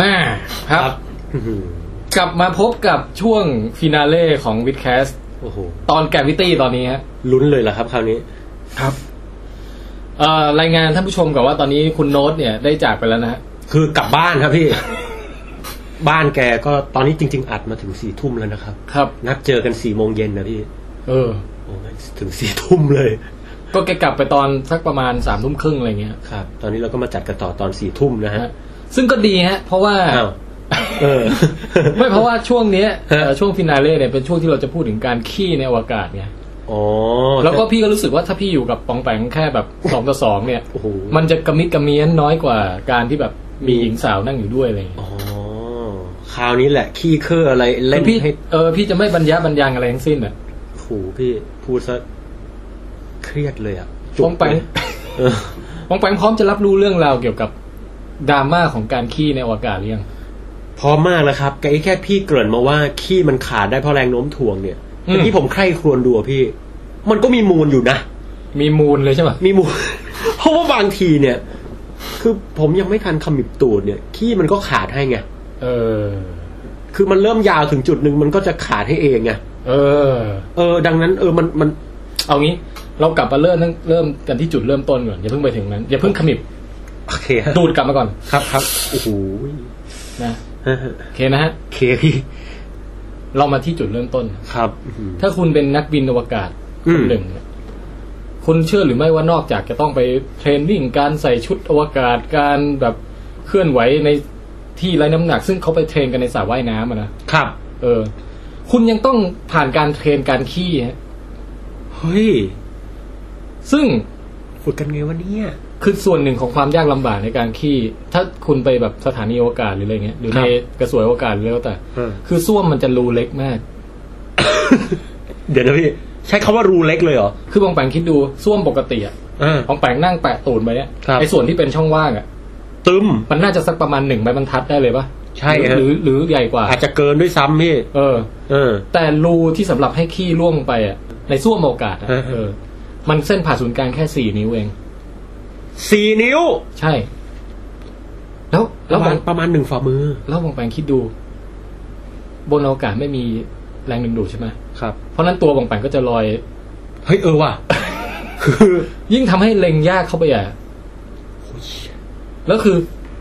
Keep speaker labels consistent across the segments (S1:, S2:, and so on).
S1: มาครับ
S2: อื้อหือก
S1: ลับมาพบกับช่วงฟินาเล่ของวิดแคส
S2: โอ้โห
S1: ตอนแกรวิตี้ตอนนี้ฮะ
S2: ลุ้นเลยเหรอครับคราวนี้
S1: ครับเอ่อรายงานท่านผู้ชมกับว่าตอนนี้คุณโน้ตเนี่ยได้จากไปแล้วนะฮะ
S2: คือกลับบ้านครับพี่ บ้านแกก็ตอนนี้จริง ๆ อัดมาถึงสี่ทุ่มแล้วนะครับ
S1: ครับ
S2: นัดเจอกันสี่โมงเย็นนะพี่
S1: เออ
S2: โอ้ยถึงสี่ทุ่มเลย
S1: ก็แกกลับไปตอนสักประมาณสามทุ่มครึ่งอะไรเงี้ย
S2: ครับ ตอนนี้เราก็มาจัดกันต่อตอนสี่ทุ่มนะฮะ
S1: ฮะซึ่งก็ดีฮะ เพราะว่า
S2: อ้าวเออ
S1: ไม่เพราะว่าช่วงเนี้ยเอ่อ
S2: ฮะ
S1: ช่วงฟินาเล่เนี่ยเป็นช่วงที่เราจะพูดถึงการขี้ในอวกาศไง
S2: อ๋อ
S1: แล้วก็พี่ก็รู้สึกว่าถ้าพี่อยู่กับปองแปงแค่ แบบสองต่อสองเนี่ย
S2: โอ้โห
S1: มันจะกระมิดกระเมียนน้อยกว่าการที่แบบมีหญิงสาวนั่งอยู่ด้วยอะไรอย่างเงี้ย
S2: อ๋อคราวนี้แหละ ขี้เคออะไรเล่
S1: คือ
S2: น
S1: พี่
S2: ให้
S1: เออพี่จะไม่บรรยะบรรยังอะไรทั้งสิ้นอ่ะ
S2: ผูพี่พูดซะเครียดเลยอ่ะจุก
S1: ปองแปง
S2: เลยเออ
S1: ปองแปงพร้อมจะรับรู้เรื่องราวเกี่ยวกับดราม่าของการขี้ในอวกาศหรือยัง
S2: พร้อมมากแล้วครับไอ้แค่พี่เกริ่นมาว่าขี้มันขาดได้เพราะแรงโน้มถ่วงเนี่ย
S1: อืม
S2: เมื่อกี้ผมใคร่ครวญดูอะพี่ มันก็มีมูลอยู่นะ
S1: มีมูลเลยใช่ไหม
S2: มีมูล เพราะว่าบางทีเนี่ย คือผมยังไม่ทันขมิบตูดเนี่ย ขี้มันก็ขาดให้ไง
S1: เออ
S2: คือมันเริ่มยาวถึงจุดหนึ่งมันก็จะขาดให้เองไง
S1: เออ
S2: เออ ดังนั้นเออ มัน มัน
S1: เอางี้เรากลับมาเริ่มตั้งเริ่มกันที่จุดเริ่มต้นก่อนอย่าเพิ่งไปถึงนั้นอย่าเพิ่งขมิบ
S2: โอเคฮะ
S1: ดูดกลับมาก่อน
S2: ครับครับ โอ้โห
S1: นะ
S2: ฮะฮะ
S1: โอเคนะฮะ
S2: โอเคพี่
S1: เรามาที่จุดเริ่มต้น
S2: ครับ
S1: ถ้าคุณเป็นนักบินอวกาศ
S2: อื
S1: คน
S2: ม
S1: หนึ่งเนี่ยคุณเชื่อหรือไม่ว่านอกจากจะต้องไปเทรนนิ่งการใส่ชุดอวกาศการแบบเคลื่อนไหวในที่ไร้น้ำหนัก ซึ่งเขาไปเทรนกันในสระว่ายน้ำอะนะครับ เออ คุณยังต้องผ่านการเทรนการขี้ฮะ
S2: เฮ้ย
S1: ซึ่ง
S2: ฝึกกันไงวะเนี่ย
S1: คือส่วนหนึ่งของความยากลำบากในการขี้ ถ้าคุณไปแบบสถานีอวกาศหรืออะไรเงี้ยหรือ
S2: ครั
S1: ใน
S2: บ
S1: กระสวยอวกาศหรือแล้วแต่
S2: เออ
S1: คือส้วมมันจะรูเล็กมาก
S2: เดี๋ยวนะพี่ ใช้คำว่ารูเล็กเลยเหรอ
S1: คือบางแปงคิดดูส้วมปกติอะ
S2: อ่า
S1: ของแปงนั่งแปะตูนไปเนี่ย
S2: ครับ
S1: ไอ้ส่วนที่เป็นช่องว่างอะ
S2: ตึม
S1: มันน่าจะสักประมาณหนึ่งไม้บรรทัดได้เลยปะ
S2: ใช่ฮะ
S1: หรือหรือหรือใหญ่กว่า
S2: อาจจะเกินด้วยซ้ำพี่
S1: เออ
S2: เออ
S1: แต่รูที่สำหรับให้ขี้ล่วงลงไปอ่ะ ในส้วมโอกาสอะ
S2: ฮะ
S1: เออ มันเส้นผ่าศูนย์กลางแค่สี่นิ้วเอง
S2: สี่นิ้ว
S1: ใช่ แล้ว
S2: ป
S1: แล้วบ
S2: ระมา
S1: อง
S2: ณประมาณหนึ่งฝ่ามือ
S1: แล้วบองแปงคิดดู บนอวกาศไม่มีแรงดึงดูดใช่ไหม
S2: ครับ
S1: เพราะฉะนั้นตัวบองแปงก็จะลอย
S2: เฮ้ย เออ ว่ะ คือ
S1: ยิ่งทำให้เล็งยากเข้าไปอ่ะแล้วคือ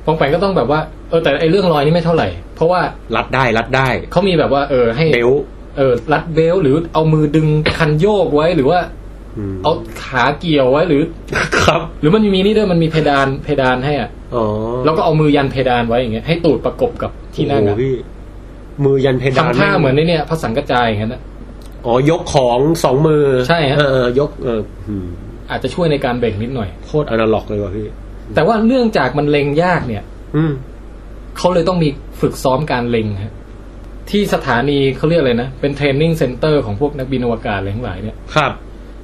S1: บองแปงก็ต้องแบบว่าเออแต่ไอเรื่องลอยนี่ไม่เท่าไหร่ เพราะว่า
S2: รัดได้รัดได้
S1: เขามีแบบว่า เออให้
S2: เบลต์
S1: เออรัดเบลต์หรือเอามือดึงคันโยกไว้หรือว่า
S2: อืม
S1: เอาขาเกี่ยวไว้หรือ
S2: ครับ
S1: หรือมันมีนี่ด้วยมันมีเพดานเพดานให้อ่ะ
S2: อ๋อ
S1: แล้วก็เอามือยันเพดานไว้อย่างเงี้ยให้ตูดประกบกับที่นั่ง
S2: โอ้
S1: อะ
S2: โหพี่ มือยันเพดาน
S1: ทำท่า
S2: แง
S1: เหมือนในเนี่ยพระสังกระจายอย่างนั้นอะ
S2: อ๋อ ยกของสองมือ
S1: ใช่ฮะ
S2: เออเออยก เอออืม
S1: อาจจะช่วยในการเบ่งนิดหน่อย
S2: โคตรอนาล็อกเลยว่ะพี่
S1: แต่ว่าเนื่องจากมันเล็งยากเนี่ย
S2: อืม
S1: เขาเลยต้องมีฝึกซ้อมการเล็งฮะที่สถานีเขาเรียกอะไรนะเป็นเทรนนิ่งเซ็นเตอร์ของพวกนักบินอวกาศอะไรทั้งหลายเนี่ย
S2: ครับ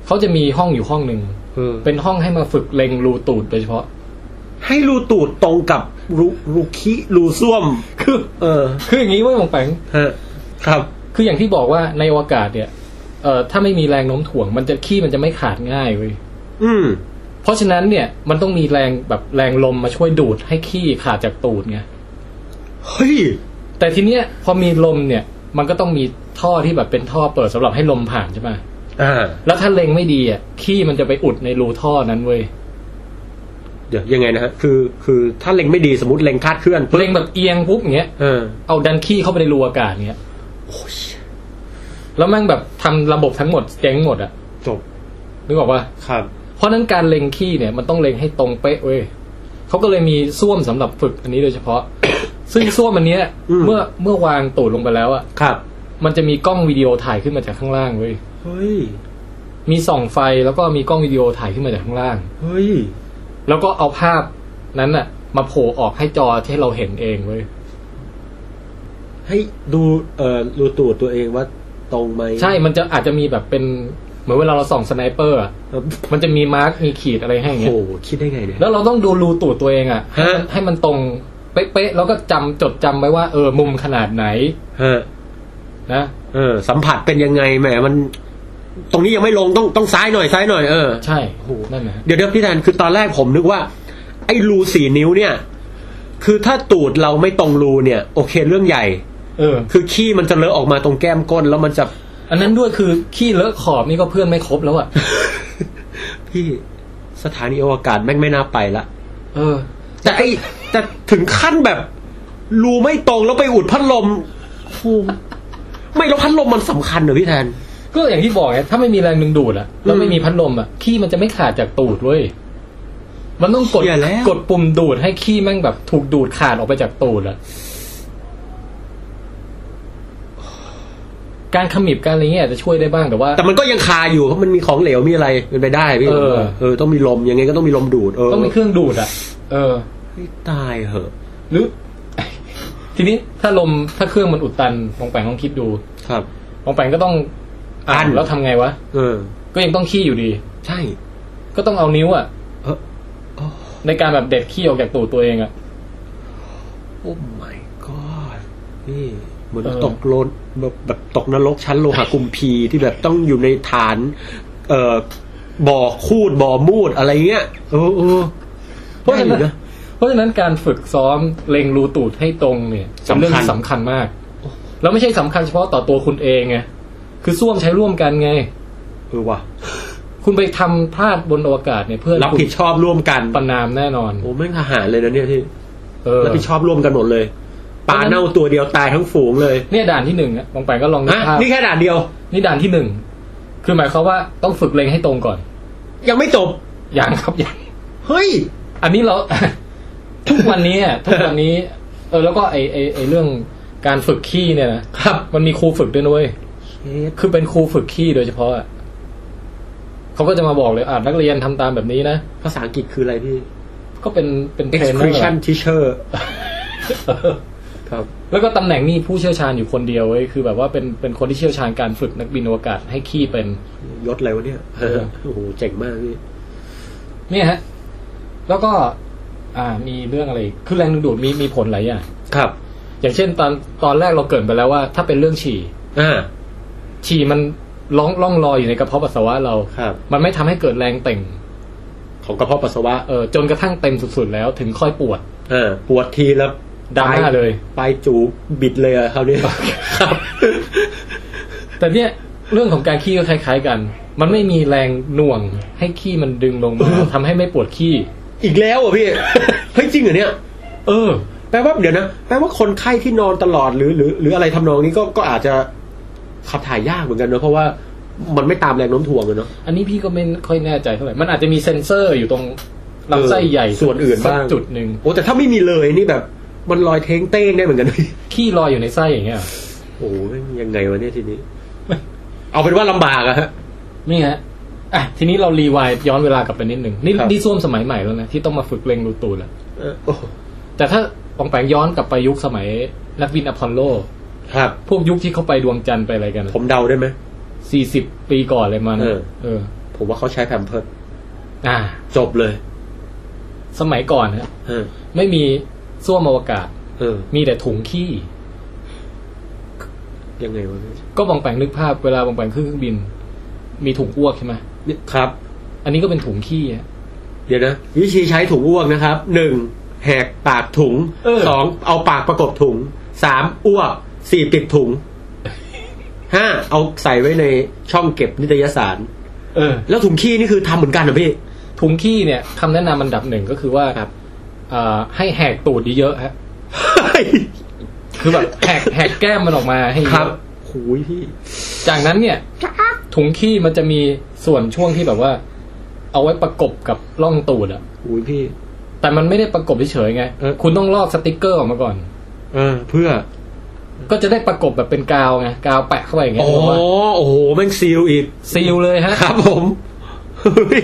S1: เขาจะมีห้องอยู่ห้องหนึ่ง
S2: เออ
S1: เป็นห้องให้มาฝึกเล็งรูตูดโดยเฉพาะ
S2: ให้รูตูดตรงกับรูรูคิรูส้วม
S1: คือ
S2: เออ
S1: คืออย่างนี้เว้ยหมองแปง
S2: ฮะ ครับ
S1: คืออย่างที่บอกว่าในอวกาศเนี่ยเอ่อถ้าไม่มีแรงโน้มถ่วง มันจะขี้มันจะไม่ขาดง่ายเว้ย
S2: อืม
S1: เพราะฉะนั้นเนี่ยมันต้องมีแรงแบบแรงลมมาช่วยดูดให้ขี้ขาดจากตูดไง
S2: เฮ้ย
S1: แต่ทีเนี้ยพอมีลมเนี่ย มันก็ต้องมีท่อที่แบบเป็นท่อเปิดสำหรับให้ลมผ่านใช่ไหม
S2: อ่า
S1: แล้วถ้าเล็งไม่ดีอ่ะขี้มันจะไปอุดในรูท่อนั้นเว้ย
S2: เดี๋ยวยังไงนะฮะ คือ คือถ้าเล็งไม่ดีสมมติเล็งคลาดเคลื่อนปึ๊บ
S1: เล็งแบบเอียงปุ๊บอย่างเงี้ย
S2: เออ
S1: เอาดันขี้เข้าไปในรูอากาศเงี้ย
S2: โอ้ย
S1: แล้วแมันแบบทำระบบทั้งหมดเจ๊งหมดอ่ะ
S2: จบ
S1: นึกออกปะ
S2: ครับ
S1: เพราะฉะนั้นการเล็งขี้เนี่ยมันต้องเล็งให้ตรงเป๊ะเว้ยเขาก็เลยมีส้วมสำหรับฝึกอันนี้โดยเฉพาะ ซึ่งส้วมอันเนี้ย
S2: อืม
S1: เมื่อเมื่อวางตูดลงไปแล้วอะ
S2: ครับ
S1: มันจะมีกล้องวิดีโอถ่ายขึ้นมาจากข้างล่างเว้ย
S2: เฮ้ย
S1: มีส่องไฟแล้วก็มีกล้องวิดีโอถ่ายขึ้นมาจากข้างล่าง
S2: เฮ้ย
S1: แล้วก็เอาภาพนั้นอะมาโผล่ออกให้จอที่เราเห็นเองเว้ย
S2: ให้ดู เอ่อ รูตูดตัวเองว่าตรงไหม
S1: ใช่มันจะอาจจะมีแบบเป็นเหมือนเวลาเราส่องสไนเปอร์อะ
S2: เอ่อ
S1: มันจะมีมาร์กมีขีดอะไรให้อย่าง
S2: โอ้
S1: เงี้ย
S2: โห คิดได้ไงเนี่ย
S1: แล้วเราต้องดูรูตูดตัวเองอะให้มัน
S2: ฮะ
S1: ให้มันตรงเป๊ะๆแล้วก็จำจดจำไว้ว่าเออมุมขนาดไหน
S2: ฮะ
S1: นะ
S2: เออ สัมผัสเป็นยังไง แหม มัน ตรงนี้ยังไม่ลง ต้อง ต้องซ้ายหน่อย ซ้ายหน่อย เออ
S1: ใช่
S2: โอ้โห
S1: นั่นนะฮะ
S2: เดี๋ยวเดี๋ยวพี่แทนคือตอนแรกผมนึกว่า ไอ้รูสี่นิ้วเนี่ย คือถ้าตูดเราไม่ตรงรูเนี่ย โอเคเรื่องใหญ่
S1: เออ
S2: คือขี้มันจะเลอะออกมาตรงแก้มก้นแล้วมันจะ
S1: อันนั้นด้วยคือขี้เลอะขอบนี่ก็เพื่อนไม่ครบแล้วอะ
S2: พี่สถานีอวกาศแม่งไม่น่าไปละ
S1: เออ
S2: แต่ไอแต่ถึงขั้นแบบ รูไม่ตรงแล้วไปอุดพัดล มโอ้โหไม่แล้วพัดลมมันสำคัญเหรอพี่แทน
S1: ก็อย่างที่บอกไงถ้าไม่มีแรงดึงดูดอะแล้วไม่มีพัดลมอะขี้มันจะไม่ขาดจากตูดเว้ยมันต้องกด
S2: เหี้ยแล้ว
S1: กดปุ่มดูดให้ขี้แม่งแบบถูกดูดขาดออกไปจากตูดอะการขมิบการอะไรเงี้ยอาจจะช่วยได้บ้างแต่ว่า
S2: แต่มันก็ยังคาอยู่เพราะมันมีของเหลวมีอะไรเป็นไปได้พี่
S1: เออ
S2: เออต้องมีลมยังไงก็ต้องมีลมดูดเออ
S1: ต้องมีเครื่องดูดอะเออ
S2: เฮ้ยตายเหอะ
S1: หรือ ทีนี้ถ้าลมถ้าเครื่องมันอุดตันปองแปงต้องคิดดู
S2: ครับ
S1: ปองแปงก็ต้อง
S2: อั้น
S1: แล้วทำไงวะ
S2: เออ
S1: ก็ยังต้องขี้อยู่ดี
S2: ใช่
S1: ก็ต้องเอานิ้วอะ
S2: เออ โอ้
S1: ในการแบบเด็ดขี้ออกจากตูดตัวเองอะ
S2: โอ้ my god นี่เหมือน
S1: เออ
S2: ตกโลนแบบแบบตกนรกชั้นโลหะกุมพีที่แบบต้องอยู่ในฐาน เอ่อบ่อคูดบ่อมูดอะไรเงี้ยเออเออ
S1: เพราะ
S2: ได้
S1: ฉะ
S2: อ
S1: นั้
S2: ยู่
S1: น
S2: นะ
S1: เพราะฉะนั้นการฝึกซ้อมเล็งรูตูดให้ตรงเนี่ยเป็นเรื่อง
S2: สำคัญ
S1: ที่สำคัญมาก แล้วไม่ใช่สำคัญเฉพาะต่อตัวคุณเองไงคือส้วมใช้ร่วมกันไง
S2: เออว่ะ
S1: คุณไปทำพลาดบนอวกาศเนี่ยเพื่อน
S2: รับ
S1: คุณ
S2: ผิดชอบร่วมกัน
S1: ประนามแน่นอน
S2: โอ้แม่งทหารเลยนะเนี่ยที่
S1: เออ
S2: รับผิดชอบร่วมกันหมดเลยป
S1: เพ
S2: ลา
S1: ราะฉะนั้น
S2: เน่าตัวเดียวตายทั้งฝูงเลย
S1: เนี่ยด่านที่หนึ่งอะมองไปก็ลองนึก
S2: นะ
S1: ภาพ
S2: นี่แค่ด่านเดียว
S1: นี่ด่านที่หนึ่งคือหมายความว่าต้องฝึกเล็งให้ตรงก่อน
S2: ยังไม่จบ
S1: อย่างครับอย่าง
S2: เฮ้ย
S1: อันนี้เรา ทุกวันนี้อะทุกวันนี้ เออ แล้วก็ไอไอไอเรื่องการฝึกขี้เนี่ยนะครับ มันมีครูฝึกด้วยนุ้ย คือเป็นครูฝึกขี้โดยเฉพาะอะเขาก็จะมาบอกเลยอ่ะนักเรียนทำตามแบบนี้นะ
S2: ภาษาอังกฤษคืออะไรพี่
S1: ก็เป็นเป็นเทรนเนอร์
S2: excretion teacher ครับ
S1: แล้วก็ตำแหน่งนี้ผู้เชี่ยวชาญอยู่คนเดียวเว้ยคือแบบว่าเป็นเป็นคนที่เชี่ยวชาญการฝึกนักบินอวกาศให้ขี้เป็น
S2: ยศอะไรวะเนี่ย
S1: เออ
S2: โอ้โหเจ๋งมากพี่
S1: เนี่ยฮะ แล้วก็ อ่ามีเรื่องอะไรอีกคือแรงดึงดูดมีมีผลหลายอย่าง
S2: ครับ
S1: อย่างเช่น ตอนตอนแรกเราเกรินไปแล้วว่า ถ้าเป็นเรื่องฉี่
S2: อ่า
S1: ฉี่มันล่องล่องลอยอยู่ในกระเพาะปัสสาวะเรา
S2: ครับ
S1: มันไม่ทำให้เกิดแรงเต่ง
S2: ของกระเพาะปัสสาวะ
S1: เออจนกระทั่งเต็มสุดๆแล้วถึงค่อยปวด
S2: เออปวดทีแล้ว
S1: ดราม่าเลย
S2: ปลายจูบิดเลยอะคราวนี้ครับ
S1: แต่เนี่ยเรื่องของการขี้ก็คล้าย ๆกัน มันไม่มีแรงหน่วงให้ขี้มันดึงลงมาทำให้ไม่ปวดขี้
S2: อีกแล้วเหรอ่ะพี่ เฮ้ยจริงเหรอเนี่ย
S1: เออ
S2: แปลว่าเดี๋ยวนะ แปลว่าคนไข้ที่นอนตลอดหรือหรือ หรืออะไรทำนองนี้ก็ก็อาจจะขับถ่ายยากเหมือนกันเนอะเพราะว่ามันไม่ตามแรงโน้มถ่วงเลยเนาะ
S1: อันนี้พี่ก็ไม่ค่อยแน่ใจเท่าไหร่ มันอาจจะมีเซ็นเซอร์อยู่ตรงลำไส้ใหญ่
S2: เออส่วนอื่นบ้าง
S1: สักจุดหนึ่ง
S2: โอ้แต่ถ้าไม่มีเลยนี่แบบ มันลอยเท้งเต้งได้เหมือนกันนะพี่
S1: ขี้ลอยอยู่ในไส้อย่างเงี้ย
S2: โอ้โหแม่งยังไงวะเนี่ยทีนี้ เอาเป็นว่าลำบากอะฮะ
S1: นี่ฮะอ่ะทีนี้เรารีวายย้อนเวลากลับไปนิดหนึ่งนี่
S2: ครับ
S1: นี่ส้วมสมัยใหม่แล้วนะที่ต้องมาฝึกเล็งรูตูนแล้ว
S2: เออโอ้
S1: แต่ถ้าปองแปงย้อนกลับไปยุคสมัยนักบินอพอลโล
S2: ครับ
S1: พวกยุคที่เขาไปดวงจันทร์ไปอะไรกัน
S2: ผมเดาได้ไหม
S1: สี่สิบปีก่อนเลยมัน
S2: เออ
S1: เออ
S2: ผมว่าเขาใช้แผ่นเพิร์ด
S1: อ่า
S2: จบเลย
S1: สมัยก่อนฮะ
S2: เออ
S1: ไม่มีส้วมอวกาศ
S2: เออ
S1: มีแต่ถุงขี้
S2: ยังไงวะเนี่ย
S1: ก็บองแปงนึกภาพเวลาบองแปงขึ้นเครื่องบิน มีถุงอ้วกใช่ไหม
S2: เนี่ยครับ
S1: อันนี้ก็เป็นถุงขี้อะ
S2: เดี๋ยวนะ วิธีใช้ถุงอ้วกนะครับหนึ่งแหกปากถุง
S1: เออ
S2: สองเอาปากประกบถุงสามอ้วกสี่ติดถุงห้าเอาใส่ไว้ในช่องเก็บนิตยสาร
S1: เออ
S2: แล้วถุงขี้นี่คือทำเหมือนกันเหรอพี่
S1: ถุงขี้เนี่ยคำแนะนำอันดับหนึ่งก็คือว่า
S2: ครับ
S1: อ่าให้แหกตูดเยอะๆฮะ
S2: เฮ้ย
S1: คือ แบบแหกแหกแก้มมันออกมาให้เยอะ
S2: ครับโอ้ยพี่
S1: จากนั้นเนี่ย ถุงขี้มันจะมีส่วนช่วงที่แบบว่า เอาไว้ประกบกับร่องตูดอะ
S2: โอ้ยพี่
S1: แต่มันไม่ได้ประกบเฉยๆไง
S2: เออ
S1: คุณต้องลอกสติกเกอร์ออกมาก่อน
S2: เออ เพื่อ
S1: ก็จะได้ประกบแบบเป็นกาวไงกาวแปะเข้าไปอย่างเงี้
S2: โอ้
S1: ยผมว่า
S2: โอ้โหแม่งซีลอีก
S1: ซีลเลยฮะ
S2: ครับผมเฮ้ย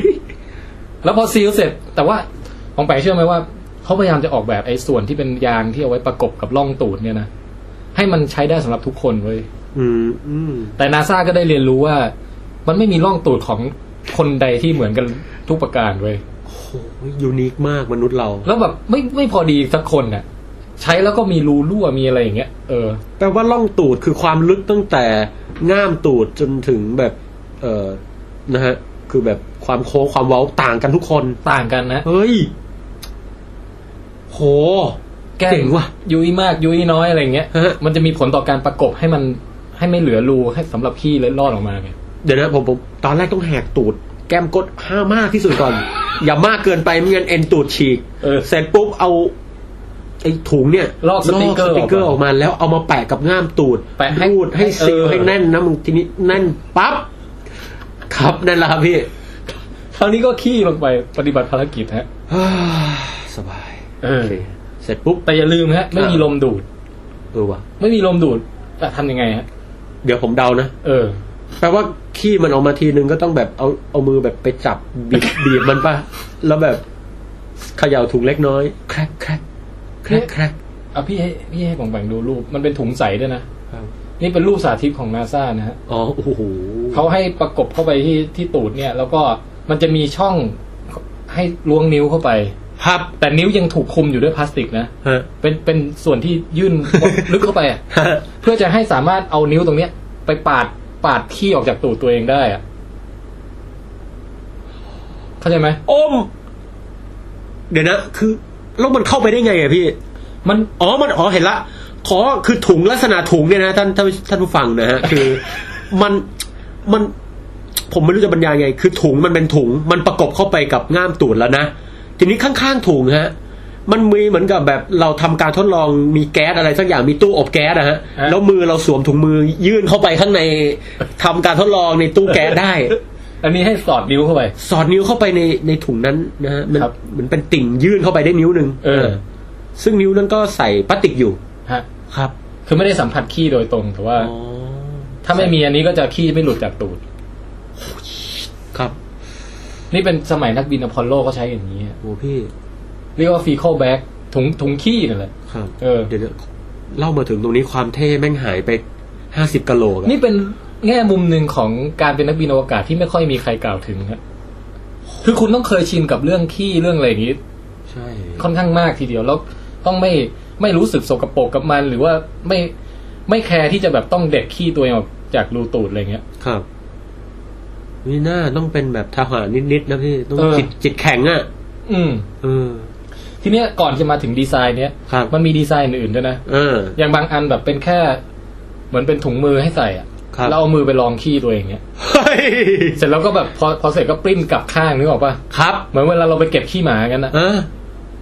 S1: แล้วพอซีลเสร็จ แต่ว่าของแปงเชื่อไหมว่าเขาพยายามจะออกแบบไอ้ส่วนที่เป็นยางที่เอาไว้ประกบกับร่องตูดเนี่ยนะให้มันใช้ได้สำหรับทุกคนเว้ย
S2: อืมอืม
S1: แต่นาซาก็ได้เรียนรู้ว่า มันไม่มีร่องตูดของคนใดที่เหมือนกันทุกประการเว้ย
S2: โอ้โหยูนิคมากมนุษย์เรา
S1: แล้วแบบไม่ไม่พอดีสักคนน่ะ ใช้แล้วก็มีรูรั่วมีอะไรอย่างเงี้ยเออ
S2: แปลว่าล่องตูดคือความลึกตั้งแต่ง่ามตูดจนถึงแบบ เออนะฮะ คือแบบความโค้งความเว้าต่างกันทุกคน
S1: ต่างกันนะ
S2: เฮ้ย โห
S1: แก้ม
S2: เจ๋งว่ะ
S1: ยุ้ยมากยุ้ยน้อยอะไรอย่างเงี้ย
S2: ฮะ
S1: มันจะมีผลต่อการประกบให้มันให้ไม่เหลือรูให้สำหรับขี้เล็ดลอดออกมาไง
S2: เดี๋ยวนะผมผมตอนแรกต้องแหกตูด แก้มกดห้ามากที่สุดก่อน อย่ามากเกินไปไม่งั้นเอ็นตูดฉีก
S1: เออ
S2: เสร็จปุ๊บเอาไอ้ถุงเนี่ย
S1: ลอกสติ๊กเกอร์
S2: ลอออกมาแล้วเอามาแปะกับง่ามตูด
S1: แปะให้
S2: รูดให้ซีล
S1: เออ
S2: ให้แน่นนะมึงทีนี้แน่นปั๊บครับนั่นแหละครับพี่
S1: คราวนี้ก็ขี้ลงไปปฏิบัติภารกิจฮะ
S2: ฮ่า สบาย
S1: เออ
S2: โคเสร็จปุ๊บ
S1: แต่อย่าลืมฮะไม่มี
S2: เออ
S1: ลมดูด
S2: เออว่ะ
S1: ไม่มีลมดูดจะทำยังไงฮะ
S2: เดี๋ยวผมเดานะ
S1: เออ
S2: แปลว่าขี้มันออกมาทีนึงก็ต้องแบบเอาเอามือแบบไปจับบี บ บีบมันปะแล้วแบบเขย่าถุงเล็กน้อยแครกแครกแครกแครก
S1: เอาพี่ให้พี่ให้ผมแบ่งดูรูป มันเป็นถุงใสด้วยนะ นี่เป็นรูปสาธิตของนาซานะฮะ
S2: อ๋อโอ้โห
S1: เขาให้ประกบเข้าไปที่ที่ตูดเนี่ย แล้วก็มันจะมีช่องให้ล้วงนิ้วเข้าไป
S2: ครับ
S1: แต่นิ้วยังถูกคลุมอยู่ด้วยพลาสติกนะ
S2: ฮะ
S1: เป็นเป็นส่วนที่ยื่น ลึกเข้าไปอะ
S2: ฮะ
S1: เพื่อจะให้สามารถเอานิ้วตรงเนี้ย ไปปาดปาดขี้ออกจากตูดตัวเองได้อะเข้าใจไหม
S2: อม เดี๋ยวนะ คือแล้วมันเข้าไปได้ไงอะพี่
S1: มัน
S2: อ๋อ มันอ๋อเห็นละ ขอคือถุงลักษณะถุงเนี่ยนะท่านท่านท่านผู้ฟังนะฮะ คือ มันมัน ผมไม่รู้จะบรรยายไง คือถุงมันเป็นถุง มันประกบเข้าไปกับง่ามตูดแล้วนะ ทีนี้ข้างๆถุงฮะ มันมีเหมือนกับแบบเราทำการทดลองมีแก๊สอะไรสักอย่างมีตู้อบแก๊สนะฮะ
S1: ฮะ
S2: แล้วมือเราสวมถุงมือยื่นเข้าไปข้างในทำการทดลองในตู้แก๊สได้
S1: อันนี้ให้สอดนิ้วเข้าไป
S2: สอดนิ้วเข้าไปในในถุงนั้นนะฮะ มัน
S1: ครับ
S2: เหมือนเป็นติ่งยื่นเข้าไปได้นิ้วหนึ่ง
S1: เออ
S2: ซึ่งนิ้วนั้นก็ใส่พลาสติกอยู่
S1: ฮะ
S2: ครับ
S1: คือไม่ได้สัมผัสขี้โดยตรงแต่ว่า ถ้าไม่มีอันนี้ก็จะขี้ไม่หลุดจากตูด
S2: ครับ
S1: นี่เป็นสมัยนักบินอพอลโลก็ใช้อย่างนี้ฮะ
S2: โอ้พี่
S1: เรียกว่าฟีคอลแบ็กถุงถุงขี้นั่นแหละ
S2: ครับ
S1: เออ
S2: เดี๋ยวนะเล่ามาถึงตรงนี้ความเท่แม่งหายไปห้าสิบกะโหลกอะ
S1: นี่เป็นแง่มุมหนึ่งของการเป็นนักบินอวกาศที่ไม่ค่อยมีใครกล่าวถึงครับคือคุณต้องเคยชินกับเรื่องขี้เรื่องอะไรอย่างนี้
S2: ใช่
S1: ค่อนข้างมากทีเดียวแล้วต้องไม่ไม่รู้สึกสกปรกกับมัน หรือว่าไม่ไม่แคร์ที่จะแบบต้องเด็ดขี้ตัวเองออกจากรูตูดอะไรเงี้ย
S2: ครับ นี่น่าต้องเป็นแบบทหารนิดๆนะพี่ ต้อง
S1: เออ
S2: จิตจิตแข็งอะ
S1: อืม
S2: เออ
S1: ทีเนี้ยก่อนจะมาถึงดีไซน์เนี้ย
S2: ครับ
S1: มันมีดีไซน์อื่นๆด้วยนะ
S2: เออ
S1: อย่างบางอันแบบเป็นแค่ เหมือนเป็นถุงมือให้ใส่อะ
S2: ครับ
S1: แล้วเอามือไปลองขี้ตัวเองเนี่ย
S2: เฮ้ย
S1: เสร็จแล้วก็แบบพอพอเสร็จก็ปริ้นกลับข้างนึกออกปะ
S2: ครับ
S1: เหมือนเวลาเราไปเก็บขี้หมากันนะ
S2: เออ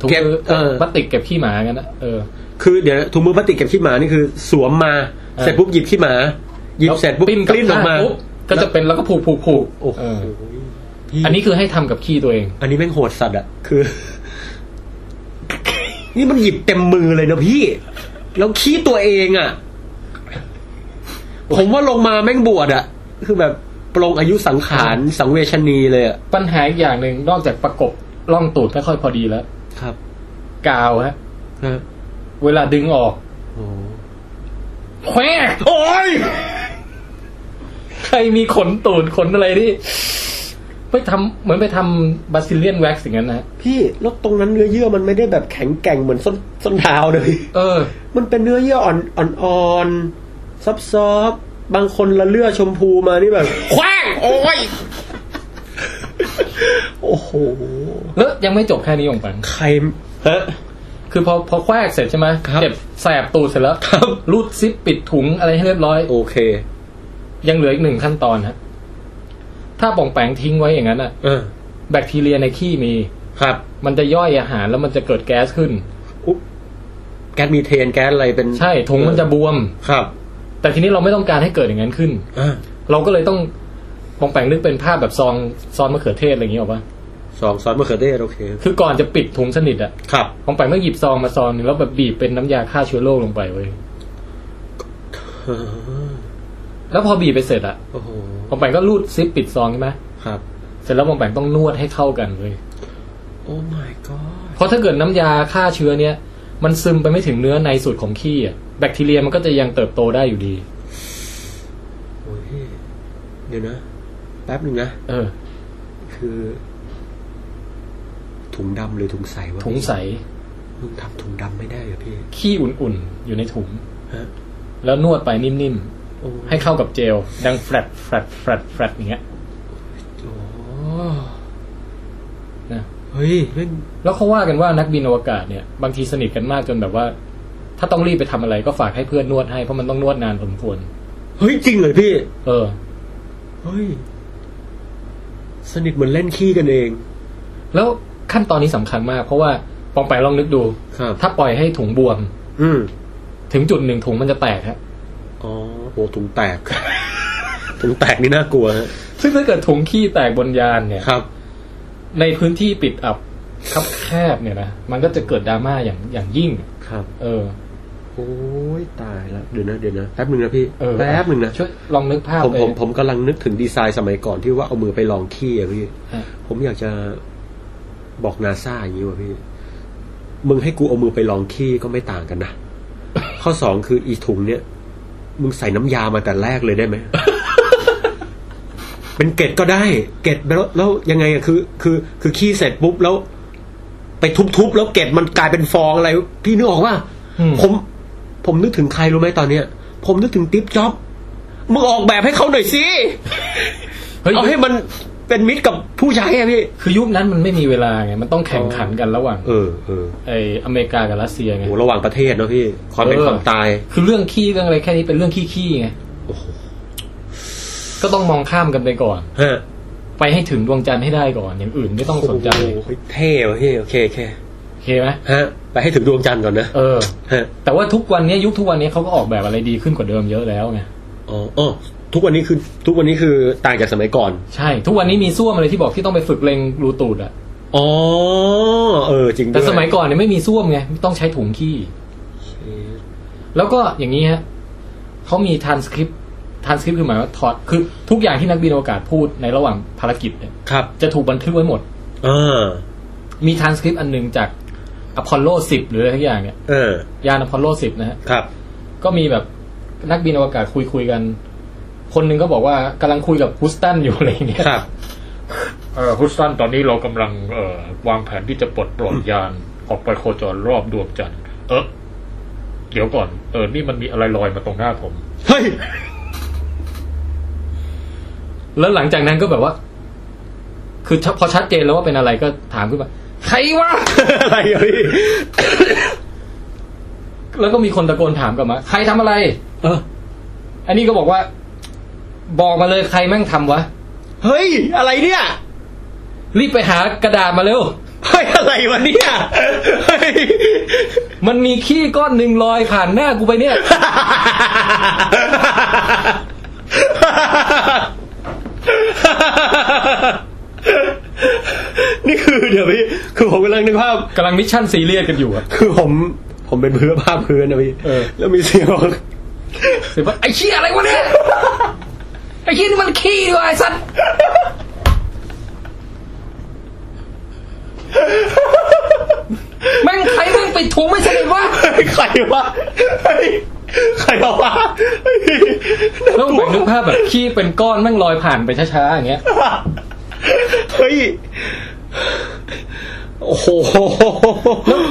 S1: ถุง
S2: เก็บ
S1: มือ
S2: เออ
S1: พลาสติกเก็บขี้หมากันนะเออ
S2: คือเดี๋ยวนะถุงมือพลาสติกเก็บขี้หมานี่คือ สวมมา
S1: เออ
S2: เสร็จปุ๊บหยิบขี้หมา หยิบเสร็จปุ๊บ
S1: แล้ว
S2: กลิ้นออกมา
S1: ข้งปุ๊บก็จะเป็นแล้วก็ผูกผูกผูก
S2: โอ้โห
S1: เออ
S2: พี่
S1: อันนี้คือให้ทำกับขี้ตัวเอง
S2: อันนี้แม่งโหดสัตว์อะคือ นี่มันหยิบเต็มมือเลยนะพี่ แล้วขี้ตัวเองอะผมว่าลงมาแม่งบวชอะคือแบบปรงอายุสังขารสังเวชนีเลยอะ
S1: ปัญหาอีกอย่างหนึ่งนอกจากประกบล่องตูดไม่ค่อยพอดีแล้ว
S2: ครับ
S1: กาวฮะ
S2: ฮะ
S1: เวลาดึงออก
S2: โอ้
S1: แควะ
S2: โอ้ย
S1: ใครมีขนตูดขนอะไรที่ไปทำเหมือนไปทำบาซิเลียนแว็กซ์อย่างนั้นนะฮะ
S2: พี่แล้วตรงนั้นเนื้อเยื่อมันไม่ได้แบบแข็งแกร่งเหมือนส้นส้นเท้าเลย
S1: เออ
S2: มันเป็นเนื้อเยื่ออ่อนอ่อนอ่อนซับซอบๆบางคนละเลือดชมพูมานี่แบบ
S1: คว้างโอ้ย
S2: โอ้โห
S1: แล้วยังไม่จบแค่นี้ของปัง
S2: ใครฮะ
S1: คือพอพอแควกเสร็จใช่ไหม
S2: ครับ
S1: เจ็บแสบตูดเสร็จแล้ว
S2: ครับ
S1: รูดซิปปิดถุงอะไรให้เรียบร้อย
S2: โอเค
S1: ยังเหลืออีกหนึ่งขั้นตอนฮะถ้าป่องแปงทิ้งไว้อย่างนั้นอะ
S2: เออ
S1: แบคทีเรียในขี้มี
S2: ครับ
S1: มันจะย่อยอาหารแล้วมันจะเกิดแก๊สขึ้น
S2: อุ๊บแก๊สมีเทนแก๊สอะไรเป็น
S1: ใช่ถุงมันจะบวม
S2: ครับ
S1: แต่ทีนี้เราไม่ต้องการให้เกิดอย่างนั้นขึ้น
S2: อ่ะ
S1: เราก็เลยต้องปองแปงนึกเป็นภาพแบบซองซอนมะเขือเทศอะไรอย่างนี้หรอปะ
S2: สองซอสมะเขือเทศโอเค
S1: คือก่อนจะปิดถุงสนิทอะ
S2: ครับ
S1: ปองแปงต้องหยิบซองมาซองหนึงแล้วแบบบีบเป็นน้ำยาฆ่าเชื้อโรคลงไปเว้ยแล้วพอบีบไปเสร็จอะ
S2: โอ้โห
S1: ปองแปงก็รูดซิปปิดซองใช่ไหม
S2: ครับ
S1: เสร็จแล้วปองแปงต้องนวดให้เข้ากันเว้ย
S2: โอ้ my god
S1: เพราะถ้าเกิดน้ำยาฆ่าเชื้อเนี่ย มันซึมไปไม่ถึงเนื้อในสุดของขี้อะแบคทีเรียมันก็จะยังเติบโตได้อยู่ดี
S2: โอ้ยพี่เดี๋ยวนะ แป๊บหนึ่งนะ
S1: เออ
S2: คือ ถุงดำหรือถุงใสวะ
S1: ถุงใส
S2: มึงทำถุงดำไม่ได้เหรอพี่
S1: ขี้อุ่นๆอยู่ในถุง
S2: ฮะ
S1: แล้วนวดไปนิ่มๆ
S2: โอ้
S1: ให้เข้ากับเจล ดังแฟลตแฟลตแฟลตแฟลตอย่างเงี้ย
S2: โอ้
S1: นะ
S2: เฮ้ยแม่ง
S1: แล้วเขาว่ากันว่านักบินอวกาศเนี่ยบางทีสนิทกันมากจนแบบว่า ถ้าต้องรีบไปทำอะไรก็ฝากให้เพื่อนนวดให้เพราะมันต้องนวดนานพอสมควร
S2: เฮ้ยจริงเหรอพี่
S1: เออ
S2: เฮ้ย สนิทเหมือนเล่นขี้กันเอง
S1: แล้วขั้นตอนนี้สำคัญมาก เพราะว่าปองไปลองนึกดู
S2: ครับ
S1: ถ้าปล่อยให้ถุงบวม
S2: อืม
S1: ถึงจุดหนึ่งถุงมันจะแตกฮะ
S2: อ๋อโหถุงแตก ถุงแตกนี่น่ากลัวฮะ
S1: ซึ่งถ้าเกิดถุงขี้แตกบนยานเนี่ย
S2: ครับ
S1: ในพื้นที่ปิดอับคับแคบเนี่ยนะมันก็จะเกิดดราม่าอย่างอย่างยิ่ง
S2: ครับ
S1: เออ
S2: โอ้ยตายแล้วเดี๋ยวนะเดี๋ยวนะแป๊บหนึ่งนะพี่
S1: เออ
S2: แป๊บหนึ่งนะ
S1: ช่วยลองนึกภาพ
S2: ผม
S1: ไป
S2: ผมผมกำลังนึกถึงดีไซน์สมัยก่อนที่ว่าเอามือไปลองขี้อะพี่
S1: ฮะ
S2: ผมอยากจะบอกนาซาอย่างนี้ว่ะพี่ มึงให้กูเอามือไปลองขี้ก็ไม่ต่างกัน นะ ข้อสองคืออีถุงเนี่ย มึงใส่น้ำยามาแต่แรกเลยได้ ไหม เป็นเกล็ดก็ได้ เกล็ดแล้วแล้วยังไงอะคือ คือ คือขี้เสร็จปุ๊บแล้ว ไปทุบๆแล้วเกล็ดมันกลายเป็นฟองอะไร พี่นึกออกว่า
S1: อืม
S2: ผม ผมนึกถึงใครรู้ไหมตอนเนี้ย ผมนึกถึงติ๊บจ็อบ มึงออกแบบให้เขาหน่อยสิ
S1: เฮ้ย
S2: เอาให้มันเป็นมิตรกับผู้ใช้อะพี่
S1: คือยุคนั้นมันไม่มีเวลาไง มันต้องแข่งขันกันระหว่าง
S2: เออเออ
S1: ไออเมริกากับรัสเซียไง
S2: โหระหว่างประเทศเนอะพี่ ความเป็น
S1: เออ
S2: ความตาย
S1: คือเรื่องขี้เรื่องอะไรแค่นี้เป็นเรื่องขี้ๆไง
S2: โอ้โห
S1: ก็ต้องมองข้ามกันไปก่อน
S2: ฮะ
S1: ไปให้ถึงดวงจันทร์ให้ได้ก่อน อย่างอื่นไม่ต้องสนใจ
S2: โอ้โหเท่ว่ะพี่ โอเคโอเค
S1: โอเคไหม
S2: ฮะ ไปให้ถึงดวงจันทร์ก่อนนะ
S1: เออ
S2: ฮะ
S1: แต่ว่าทุกวันนี้ยุคทุกวันนี้เขาก็ออกแบบอะไรดีขึ้นกว่าเดิมเยอะแล้วไง
S2: อ๋ออ๋อทุกวันนี้คือ ทุกวันนี้คือต่างจากสมัยก่อน
S1: ใช่ ทุกวันนี้มีส้วมอะไรที่บอกที่ต้องไปฝึกเล็งรูตูดอะ
S2: อ๋อ เออ จริงด้วย
S1: แต่สมัยก่อนเนี่ยไม่มีส้วมไงต้องใช้ถุงขี้
S2: เอ๊ะ
S1: แล้วก็อย่างนี้ฮะเขามีทานสคริปทานสคริปคือหมายว่าถอดคือทุกอย่างที่นักบินอวกาศพูดในระหว่างภารกิจเนี่ย
S2: ครับ
S1: จะถูกบันทึกไว้หมด
S2: เออ
S1: มีทานสคริปต์อันหนึ่งจากอพอลโล 10 หรืออะไรทั้งอย่างเนี่ย
S2: เออ
S1: ยานอพอลโล 10 นะฮะ
S2: ครับ
S1: ก็มีแบบนักบินอวกาศคุยคุยๆกัน คนหนึ่งก็บอกว่ากำลังคุยกับฮุสตันอยู่ อะไรอย่างเงี้ย
S2: ครับ
S1: เออฮุสตันตอนนี้เรากำลังเออวางแผนที่จะปลด ปล่อยยานออกไปโคจรรอบดวงจันทร์เออเดี๋ยวก่อนเออนี่มันมีอะไรลอยมาตรงหน้าผม
S2: เฮ้ย
S1: แล้วหลังจากนั้นก็แบบว่า คือถ้าพอชัดเจนแล้วว่าเป็นอะไรก็ถามขึ้นมา ใครวะ
S2: อะไรอะพี่
S1: แล้วก็มีคนตะโกนถามกลับมา ใครทำอะไร
S2: เออ
S1: อันนี้ก็บอกว่า บอกมาเลยใครแม่งทำวะ
S2: เฮ้ย อะไรเนี่ย
S1: รีบไปหากระดาษมาเร็ว
S2: เฮ้ย อะไรวะเนี่ยเฮ้ย
S1: มันมีขี้ก้อนหนึ่งลอยผ่านหน้ากูไปเนี่ย
S2: นี่คือเดี๋ยวพี่ คือผมกำลังนึกภาพ
S1: กำลังมิชชั่นซีเรียสกันอยู่อะ
S2: คือผม ผมเป็นเพื่อภาพพื้นนะพี่
S1: เออ
S2: แล้วมีเสียงบอก
S1: เสร็จว่าไอ้ขี้อะไรวะเนี่ย ไอ้ขี้นี่มันขี้ด้วยไอ้สัตว์ แม่งใครแม่งปิดถุงไม่สนิทวะ
S2: เฮ้ยใครวะเฮ้ยใครวะเฮ้ย
S1: แล้วผมนึกภาพแบบขี้เป็นก้อนแม่งลอยผ่านไปช้าๆอย่างเงี้ย
S2: เฮ้ย โอ้โห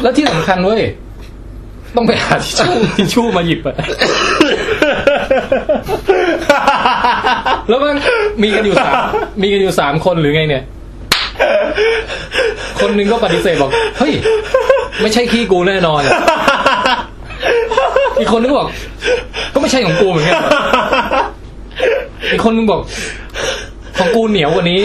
S1: แล้วที่สำคัญเว้ย ต้องไปหาทิชชู่ ทิชชู่มาหยิบอะ แล้วมันมีกันอยู่สามมีกันอยู่สามคนหรือไงเนี่ย คนหนึงก็ปฏิเสธบอก เฮ้ย ไม่ใช่ขี้กูแน่น อนอะอีกคนนึงก็บอก ก็ไม่ใช่ของกูเหมือนกัน อีกคนนึงบอก ของกูเหนียวกว่านี้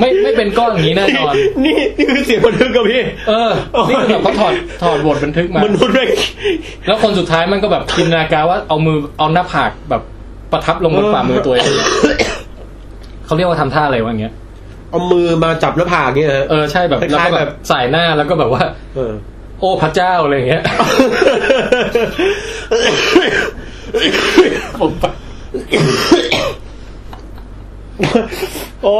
S1: ไม่ไม่เป็นก้อนอย่างนี้แน่นอน
S2: นี่นี่คือเสียงคนทึกกับพี่
S1: เออ นี่คือแบบเขาถอดถอดบทบันทึกมาม
S2: นุษย์แม่ง
S1: แล้วคนสุดท้ายมันก็แบบจินตนาการว่าเอามือเอาหน้าผากแบบประทับลงบนฝ่ามือตัวเองเขาเรียกว่าทำท่าอะไรวะอย่างเงี้ย
S2: เอามือมาจับหน้าผากเนี่ยฮะ
S1: เออใช่แบบ
S2: ค
S1: แล้ว
S2: ล้าย
S1: ก็
S2: ๆ
S1: แบ
S2: แบบ บ
S1: สายหน้าแล้วก็แบบว่า
S2: เออ
S1: โอ้พระเจ้าอะไรอย่างเงี้ย ผมไป
S2: โอ้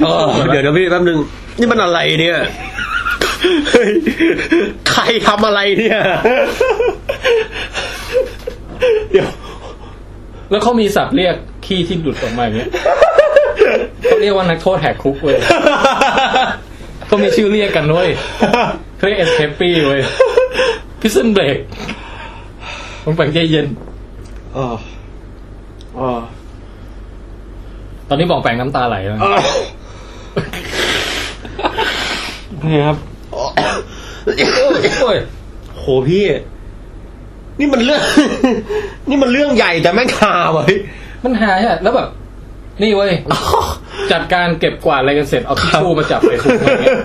S2: เออเดี๋ยวนะพี่แป๊บนึง นี่มันอะไรเนี่ยเฮ้ยใครทำอะไรเนี่ย เดี๋ยว
S1: แล้วเขามีศัพท์เรียกขี้ที่หลุดออกมาอย่างเงี้ยเขาเรียกว่านักโทษแหกคุกเว้ยก็มีชื่อเรียกกันด้วยเขาเรียกเอสเคปปี้เว้ยพิซซนเบรกผมแปลงใจเย็น
S2: อ๋ออ๋อ
S1: ตอนนี้บอกแปลงน้ำตาไหลแล้ว
S2: อ๋อ
S1: นี่ครับ
S2: โอ้ยโหพี่ นี่มันเรื่อง นี่มันเรื่องใหญ่แต่แม่งคาไว้
S1: มันหายอ่ะแล้วแบบนี่เว้ย จัดการเก็บกวาดอะไรกันเสร็จเอาทิชชู่มาจับใส่ถุงอะไรเงี้ย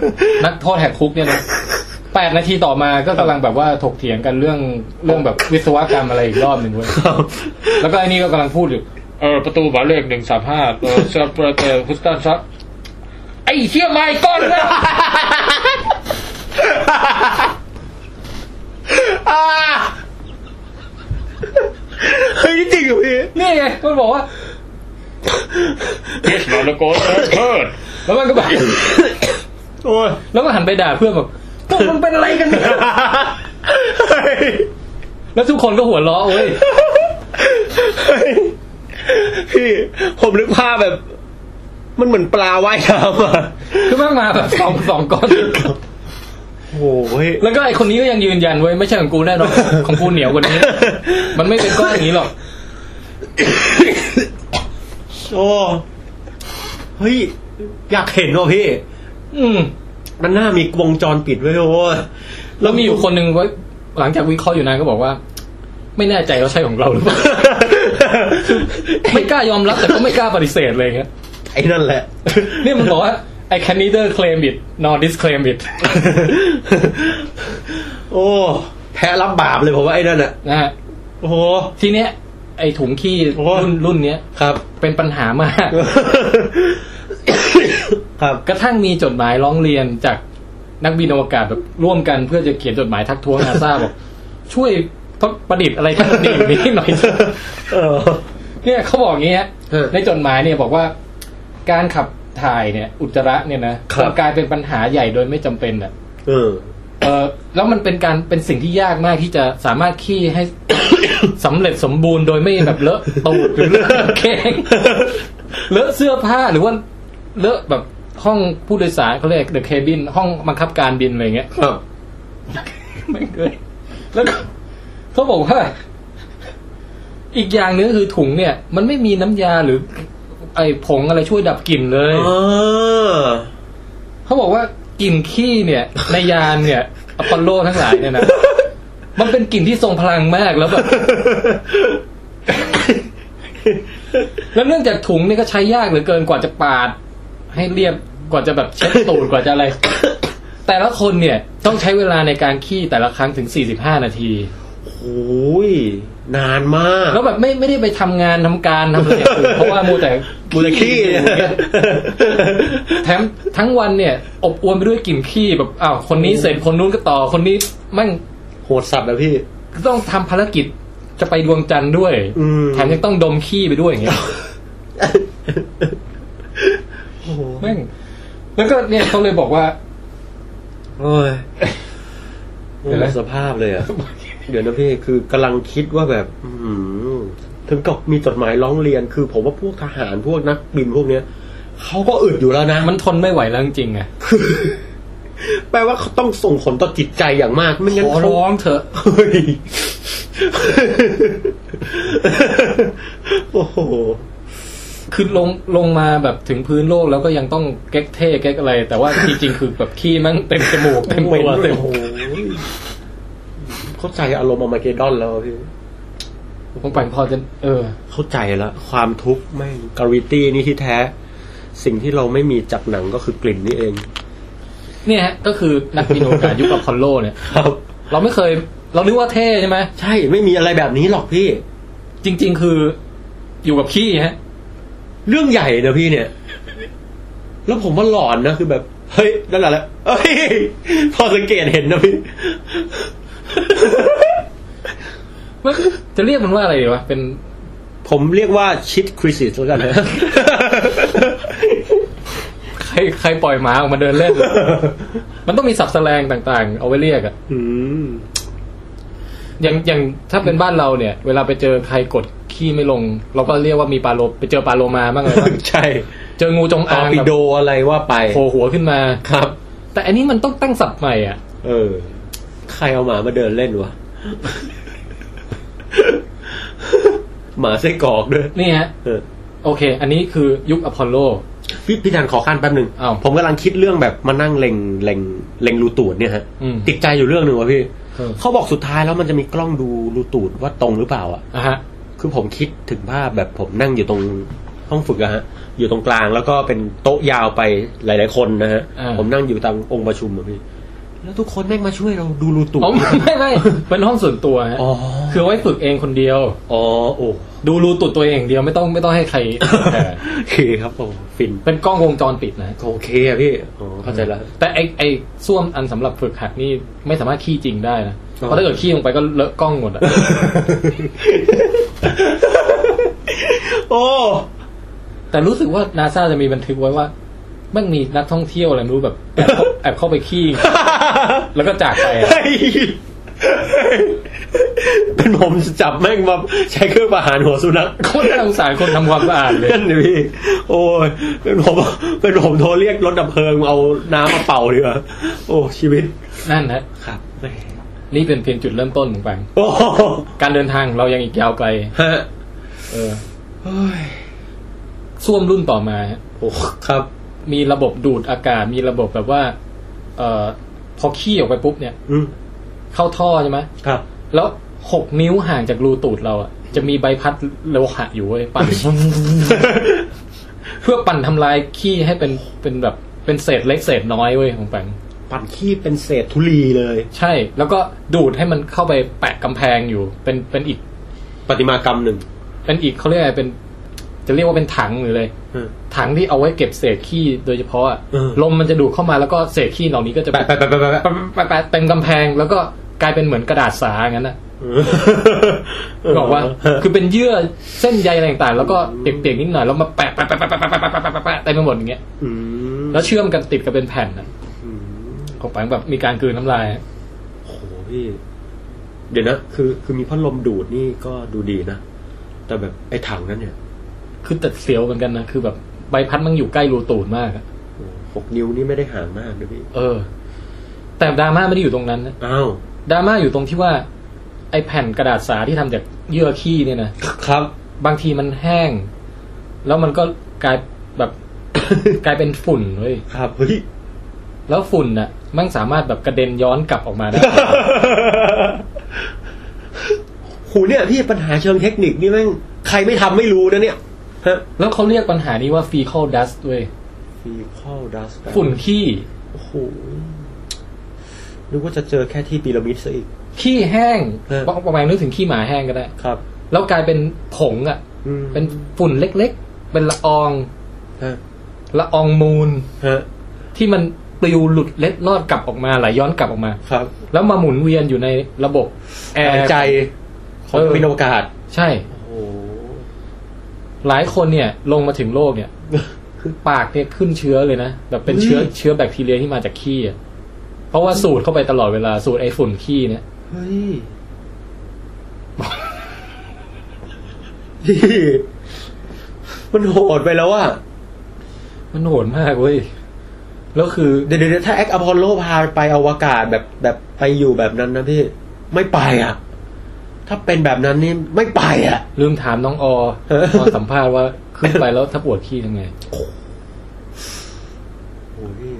S1: นักโทษแหกคุกเนี่ยนะแปดนาทีต่อมาก็กำลังแบบว่าถกเถียงกันเรื่องเรื่องแบบวิศวกรรมอะไรอีกรอบหนึ่งเว้ย แล้วก็ไอ้นี่ก็กำลังพูดอยู่ เออประตูหมายเลขหนึ่งสามห้าเออเซอร์เปอร์เตอร์คุสตันซับไอ้เชี่ยไม่ก้อนเลย
S2: อ่าเฮ้ยนี่จริงเหรอพี่
S1: นี่ไงมันบอกว่าเย็ดเราละโกนเพิดแล้วมันก็แบบ
S2: โอ้ย
S1: แล้วมันหันไปด่าเพื่อนแบบพวกมึงเป็นอะไรกันเนี่ย
S2: เฮ้ย
S1: แล้วทุกคนก็หัวเราะเว้ย
S2: เฮ้ยพี่ผมนึกภาพแบบ มันเหมือนปลาว่ายน้ำอ่ะ
S1: คือแม่งมาแบบส องสองก้อน
S2: โอ้ย
S1: แล้วก็ไอคนนี้ก็ยังยืนยันเว้ยไม่ใช่ของกูแน่นอนของกูเหนียวกว่านี้ มันไม่เป็นก้อนอย่างนี้หรอก
S2: โอ้เฮ้ย อยากเห็นว่ะพี่
S1: อืม
S2: มันน่ามีวงจรปิดไว้โอ้ย
S1: แล้วมีอยู่คนหนึ่งไว้หลังจากวิเคราะห์อยู่นานก็บอกว่า ไม่แน่ใจว่าใช่ของเราหรือเปล่า ไม่กล้ายอมรับแต่ก็ไม่กล้าปฏิเสธเลยครับ
S2: ไอ้นั่นแหละ
S1: นี่มันบอกว่า I can neither claim it nor disclaim it
S2: โอ้แพ้รับบาปเลยผมว่าไอ้นั่นอ่ะ
S1: นะฮะ
S2: โอ้โห
S1: ทีเนี้ยไอถุงขี้
S2: โอ้
S1: รุ่นรุ่นเนี้ย
S2: ครับ
S1: เป็นปัญหามาก
S2: ครับ
S1: กระทั่งมีจดหมายร้องเรียนจากนักบินอวกาศแบบร่วมกันเพื่อจะเขียนจดหมายทักท้วงนาซาบอก ช่วยทดประดิษฐ์อะไรที่มันดีกว่านี้หน่อย
S2: เออ
S1: เนี่ยเขาบอกอย่างนี้ฮะ
S2: เออ
S1: ในจดหมายเนี่ยบอกว่า การขับถ่ายเนี่ย อุจจาระเนี่ยนะครับ มันกลายเป็นปัญหาใหญ่โดยไม่จำเป็นอ่ะ
S2: เออ
S1: เออแล้วมันเป็นการเป็นสิ่งที่ยากมากที่จะสามารถขี้ให้ สำเร็จสมบูรณ์โดยไม่แบบเลอะตูดหรือเลอะกางเกง เลอะเสื้อผ้าหรือว่าเลอะแบบห้องผู้โดยสารเขาเรียกเดอะเคบินห้องบังคับการบินอะไรเงี้ย
S2: ครับ
S1: ไม่เคยแล้วก็เขาบอกว่า อีกอย่างหนึงคือถุงเนี่ย มันไม่มีน้ำยาหรือ ไอผงอะไรช่วยดับกลิ่นเล
S2: เอย อ
S1: เขาบอกว่ากลิ่นขี้เนี่ย ในยานเนี่ยอพอลโลทั้งหลายเนี่ยนะ มันเป็นกลิ่นที่ทรงพลังมากแล้วแบบแล้วเนื่องจากถุงเนี่ยก็ใช้ยากเหลือเกินกว่าจะปาด ให้เรียบกว่าจะแบบเช็ดตูดกว่าจะอะไร แต่ละคนเนี่ย ต้องใช้เวลาในการขี้แต่ละครั้งถึง 45 นาที
S2: โอ้ย นานมาก
S1: แล้วแบบไม่ไม่ได้ไปทำงานทำการทำอะไรอย่างอื่นเพราะว่ามูแต่
S2: มูลคีเนี่ย
S1: แถมทั้งวันเนี่ย อบอวลไปด้วยกลิ่นขี้แบบอ้าวคนนี้เสร็จคนนู้นก็ต่อคนนี้แมั่ง
S2: โหดสัตว์นะพี่
S1: ต้องทำภารกิจจะไปดวงจันทร์ด้วย
S2: อืม
S1: แถมยังต้องดมขี้ไปด้วยอย่างเงี้ย
S2: โอ้โห
S1: แม่งแล้วก็เนี่ยเขาเลยบอกว่า
S2: โอ้ย
S1: เดี๋ยวนะ
S2: สภาพเลยอ่ะ เดี๋ยวนะพี่ คือกำลังคิดว่าแบบ อื้อหือถึงกับมีจดหมายร้องเรียน คือผมว่าพวกทหารพวกนักบินพวกเนี้ยเขาก็อึดอยู่แล้วนะ
S1: มันทนไม่ไหวแล้วจริงๆไง
S2: แปลว่าเขาต้องส่งผลต่อจิตใจอย่างมาก ไม่งั้น
S1: ขอ
S2: เขา
S1: ร้องเถอะ
S2: เฮ้ย โอ้โห
S1: คือลงลงมาแบบถึงพื้นโลกแล้วก็ยังต้องเก๊กเท่เก๊กอะไร แต่ว่า จริงๆคือแบบขี้แมั่งเต็มจมูกเต็มตัวเต็ม
S2: โอ้โหเข้าใจอารมณ์อามาเกดอนแล้วอะพี่
S1: ผมไปพอจะเออ
S2: เข้าใจแล้ว ความทุกข์ไม่กริตี้นี่ที่แท้ สิ่งที่เราไม่มีจากหนังก็คือกลิ่นนี่เอง
S1: เนี่ยฮะก็คือนักบินอวกาศยุคอพอลโลเนี่ย
S2: ครับ
S1: เราไม่เคย เรานึกว่าเท่ใช่ไหม
S2: ใช่ไม่มีอะไรแบบนี้หรอกพี่
S1: จริง ๆ คืออยู่กับขี้ฮะ
S2: เรื่องใหญ่นะพี่เนี่ย แล้วผมว่าหลอนนะคือแบบ เฮ้ยนั่นแหละแหละเฮ้ย พอสังเกตเห็นนะพี่
S1: มันจะเรียกมันว่าอะไรดีวะเป็น
S2: ผมเรียกว่าชิดคริสิสแล้วกันนะ
S1: ใครใครปล่อยหมาออกมาเดินเล่น มันต้องมีสับแสลงต่างๆ เอาไว้เรียกอะ
S2: อืม
S1: อย่างอย่างถ้าเป็นบ้านเราเนี่ย เวลาไปเจอใครกดขี้ไม่ลง เราก็เรียกว่ามีปลาโลมไปเจอปลาโลมาบ้างเลย บ้าง
S2: ใช่
S1: เจองูจง
S2: ตอ
S1: อาง
S2: ร์ปิ
S1: แบบ
S2: โดอะไรว่าไป
S1: โผล่หัวขึ้นมา
S2: ครับ
S1: แต่อันนี้มันต้องตั้งศัพท์ใหม่อ่ะ
S2: เออ ใครเอาหมามาเดินเล่นว ะ หมาไส้กรอกด้วย
S1: นี่ฮะ
S2: เออ
S1: โอเค อันนี้คือยุคอพอลโล
S2: พี่พี่ธันขอขั้นแป๊บหนึ่ง
S1: อ้าว
S2: ผมกำลังคิดเรื่องแบบมานั่งเล็งเล็งเล็งรูตูดเนี่ยฮะ
S1: อืม
S2: ติดใจอยู่เรื่องหนึ่งว่ะพี่
S1: เออ
S2: เขาบอกสุดท้ายแล้วมันจะมีกล้องดูรูตูดว่าตรงหรือเปล่าอ่ะ
S1: อ่ะฮะ
S2: คือผมคิดถึงภาพแบบผมนั่งอยู่ตรงห้องฝึกอะฮะ อยู่ตรงกลางแล้วก็เป็นโต๊ะยาวไปหลาย ๆ คนนะฮะ
S1: อ่า
S2: ผมนั่งอยู่ตามองค์ประชุมอะพี่ แล้วทุกคนแม่งมาช่วยเราดูรูตูด
S1: อ๋อไม่ไม่เป็นห้องส่วนตัวฮะ
S2: อ๋อ
S1: คือไว้ฝึกเองคนเดียว
S2: อ๋อโอ้
S1: ดูรูตุดตัวเองอย่างเดียวไม่ต้องไม่ต้องให้ใครเออ
S2: โอเคครับผมฟิน
S1: เป็นกล้องวงจรปิดนะ
S2: โอเคอะพี่อ๋อเข้าใจแล้ว
S1: แต่ไอไอส้วมอันสำหรับฝึกหัดนี่ไม่สามารถขี้จริงได้นะ
S2: อ๋อ
S1: เพราะถ้าเกิดขี้ลงไปก็เลอะกล้องหมดอะ
S2: โอ้
S1: แต่รู้สึกว่านาซาจะมีบันทึกไว้ว่าแมันมีนักท่องเที่ยวอะไรไม่รู้แบบ แอบเข้าแอบเข้าไปขี้ แล้วก็จากไปอะ
S2: เฮ้ยเป็นผมจะจับแม่งมาใช้เครื่องประหารหัวสุนัข
S1: โคตรน่าสงสารคนทำความสะอาดเลย
S2: นั่นดิพี่โอ้ยเป็นผมเป็นผมโทรเรียกรถดับเพลิงเอาน้ำมาเป่าดีกว่าโอ้ชีวิต
S1: นั่นนะครับ
S2: แหม
S1: นี่เป็นเพียงจุดเริ่มต้นของแปง
S2: โอ้โห
S1: การเดินทางเรายังอีกยาวไกล
S2: ฮะ
S1: เออส้วมรุ่นต่อมาฮะ
S2: โอ้ครับ
S1: มีระบบดูดอากาศมีระบบแบบว่า เอ่อพอขี้ออกไปปุ๊บเนี่ย
S2: อืม
S1: เข้าท่อใช่ไหม
S2: ครับ
S1: แล้วหกนิ้วห่างจากรูตูดเราอะจะมีใบพัดโลหะอยู่เว้ยปั่น เพื่อปั่นทำลายขี้ให้เป็นเป็นแบบเป็นเศษเล็กเศษน้อยเว้ยของแปง
S2: ปั่นขี้เป็นเศษธุลีเลย
S1: ใช่ แล้วก็ดูดให้มันเข้าไปแปะกำแพงอยู่ เป็นเป็นอีก
S2: ปฏิมากรรมหนึ่ง
S1: เป็นอีกเขาเรียกอะไรเป็น จะเรียกว่าเป็นถังหรือเลย
S2: เออ
S1: ถังที่เอาไว้เก็บเศษขี้โดยเฉพาะอะ
S2: เออ
S1: ลมมันจะดูดเข้ามาแล้วก็เศษขี้เหล่านี้ก็จะ
S2: แปะแปะแปะแปะแปะแปะ
S1: แปะๆเต็มกำแพงแล้วก็กลายเป็นเหมือนกระดาษสาอย่างนั้นนะบอกว่า คือเป็นเยื่อเส้นใยอะไรต่างๆ แล้วก็เปียกๆนิดหน่อยแล้วมาแปะแปะแปะแปะแปะแปะแปะแปะแปะแปะเต็มไปหมดอย่างเงี้ย
S2: ม
S1: แล้วเชื่อมกันติดกันเป็นแผ่นนะ
S2: อืม
S1: ของแปงแบบมีการกลืนน้ำลาย
S2: โอ้โหพี่ เดี๋ยวนะ คือ คือมีพัดลมดูดนี่ก็ดูดีนะ แต่แบบไอ้ถังนั้นเนี่ย
S1: คือแต่เสียวเหมือนกันนะคือแบบใบพัดมันอยู่ใกล้รูตูดมากอะ
S2: โอ้โหหกนิ้วนี่ไม่ได้ห่างมากนะพี่
S1: เออ แต่ดราม่าไม่ได้อยู่ตรงนั้นนะ
S2: อ้าว
S1: ดราม่าอยู่ตรงที่ว่า ไอแผ่นกระดาษสาที่ทำจากเยื่อขี้เนี่ยนะครับ บางทีมันแห้ง แล้วมันก็กลายแบบ กลายเป็นฝุ่นเว้ย
S2: ครับเฮ้ย
S1: แล้วฝุ่นน่ะมันสามารถแบบกระเด็นย้อนกลับออกมา ได้
S2: โหูเนี่ยพี่ปัญหาเชิงเทคนิคนี่แม่งใครไม่ทำไม่รู้นะเนี่ยฮะ
S1: แล้วเขาเรียกปัญหานี้ว่า fecal dust ด้วย
S2: ฟีคอลดัส
S1: ฝุ่นขี้
S2: โอ้โหนึกว่าจะเจอแค่ที่ปีระมิดซะอีก
S1: ขี้แห้ง
S2: เออ
S1: บางประมาณนึกถึงขี้หมาแห้งก็ได้
S2: ครับ
S1: แล้วกลายเป็นผงอ่ะ
S2: อืม
S1: เป็นฝุ่นเล็กๆ เป็นละออง
S2: ฮะ
S1: ละอองมูล
S2: ฮะ
S1: ที่มันปลิวหลุดเล็ดลอดกลับออกมาไหลย้อนกลับออกมา
S2: ครับ
S1: แล้วมาหมุนเวียนอยู่ในระบบแอ
S2: หาย
S1: ร์
S2: ใจของ
S1: เออ
S2: บินอวกาศ
S1: ใช่
S2: โอ้โห
S1: หลายคนเนี่ย ลงมาถึงโลกเนี่ย ปากเนี่ยขึ้นเชื้อเลยนะแบบเป็นเชื้อเชื้อแบคทีเรียที่มาจากขี้อะเพราะว่าสูดเข้าไปตลอดเวลาสูดไอฝุ่นขี้เนี่ย
S2: เฮ้ย มันโหดไปแล้วอะ
S1: มันโหดมากเว้ยแล้วคือ
S2: เดี๋ยวเดี๋ยวถ้าแอคอพอลโลพาไปอวกาศแบบแบบไปอยู่แบบนั้นนะพี่ ไม่ไปอ่ะ ถ้าเป็นแบบนั้นนี่ไม่ไปอ่ะ
S1: ลืมถามน้องอตอนสัมภาษณ์ว่าขึ้นไปแล้วถ้าปวดขี้ทำไง
S2: โอ้ยพี่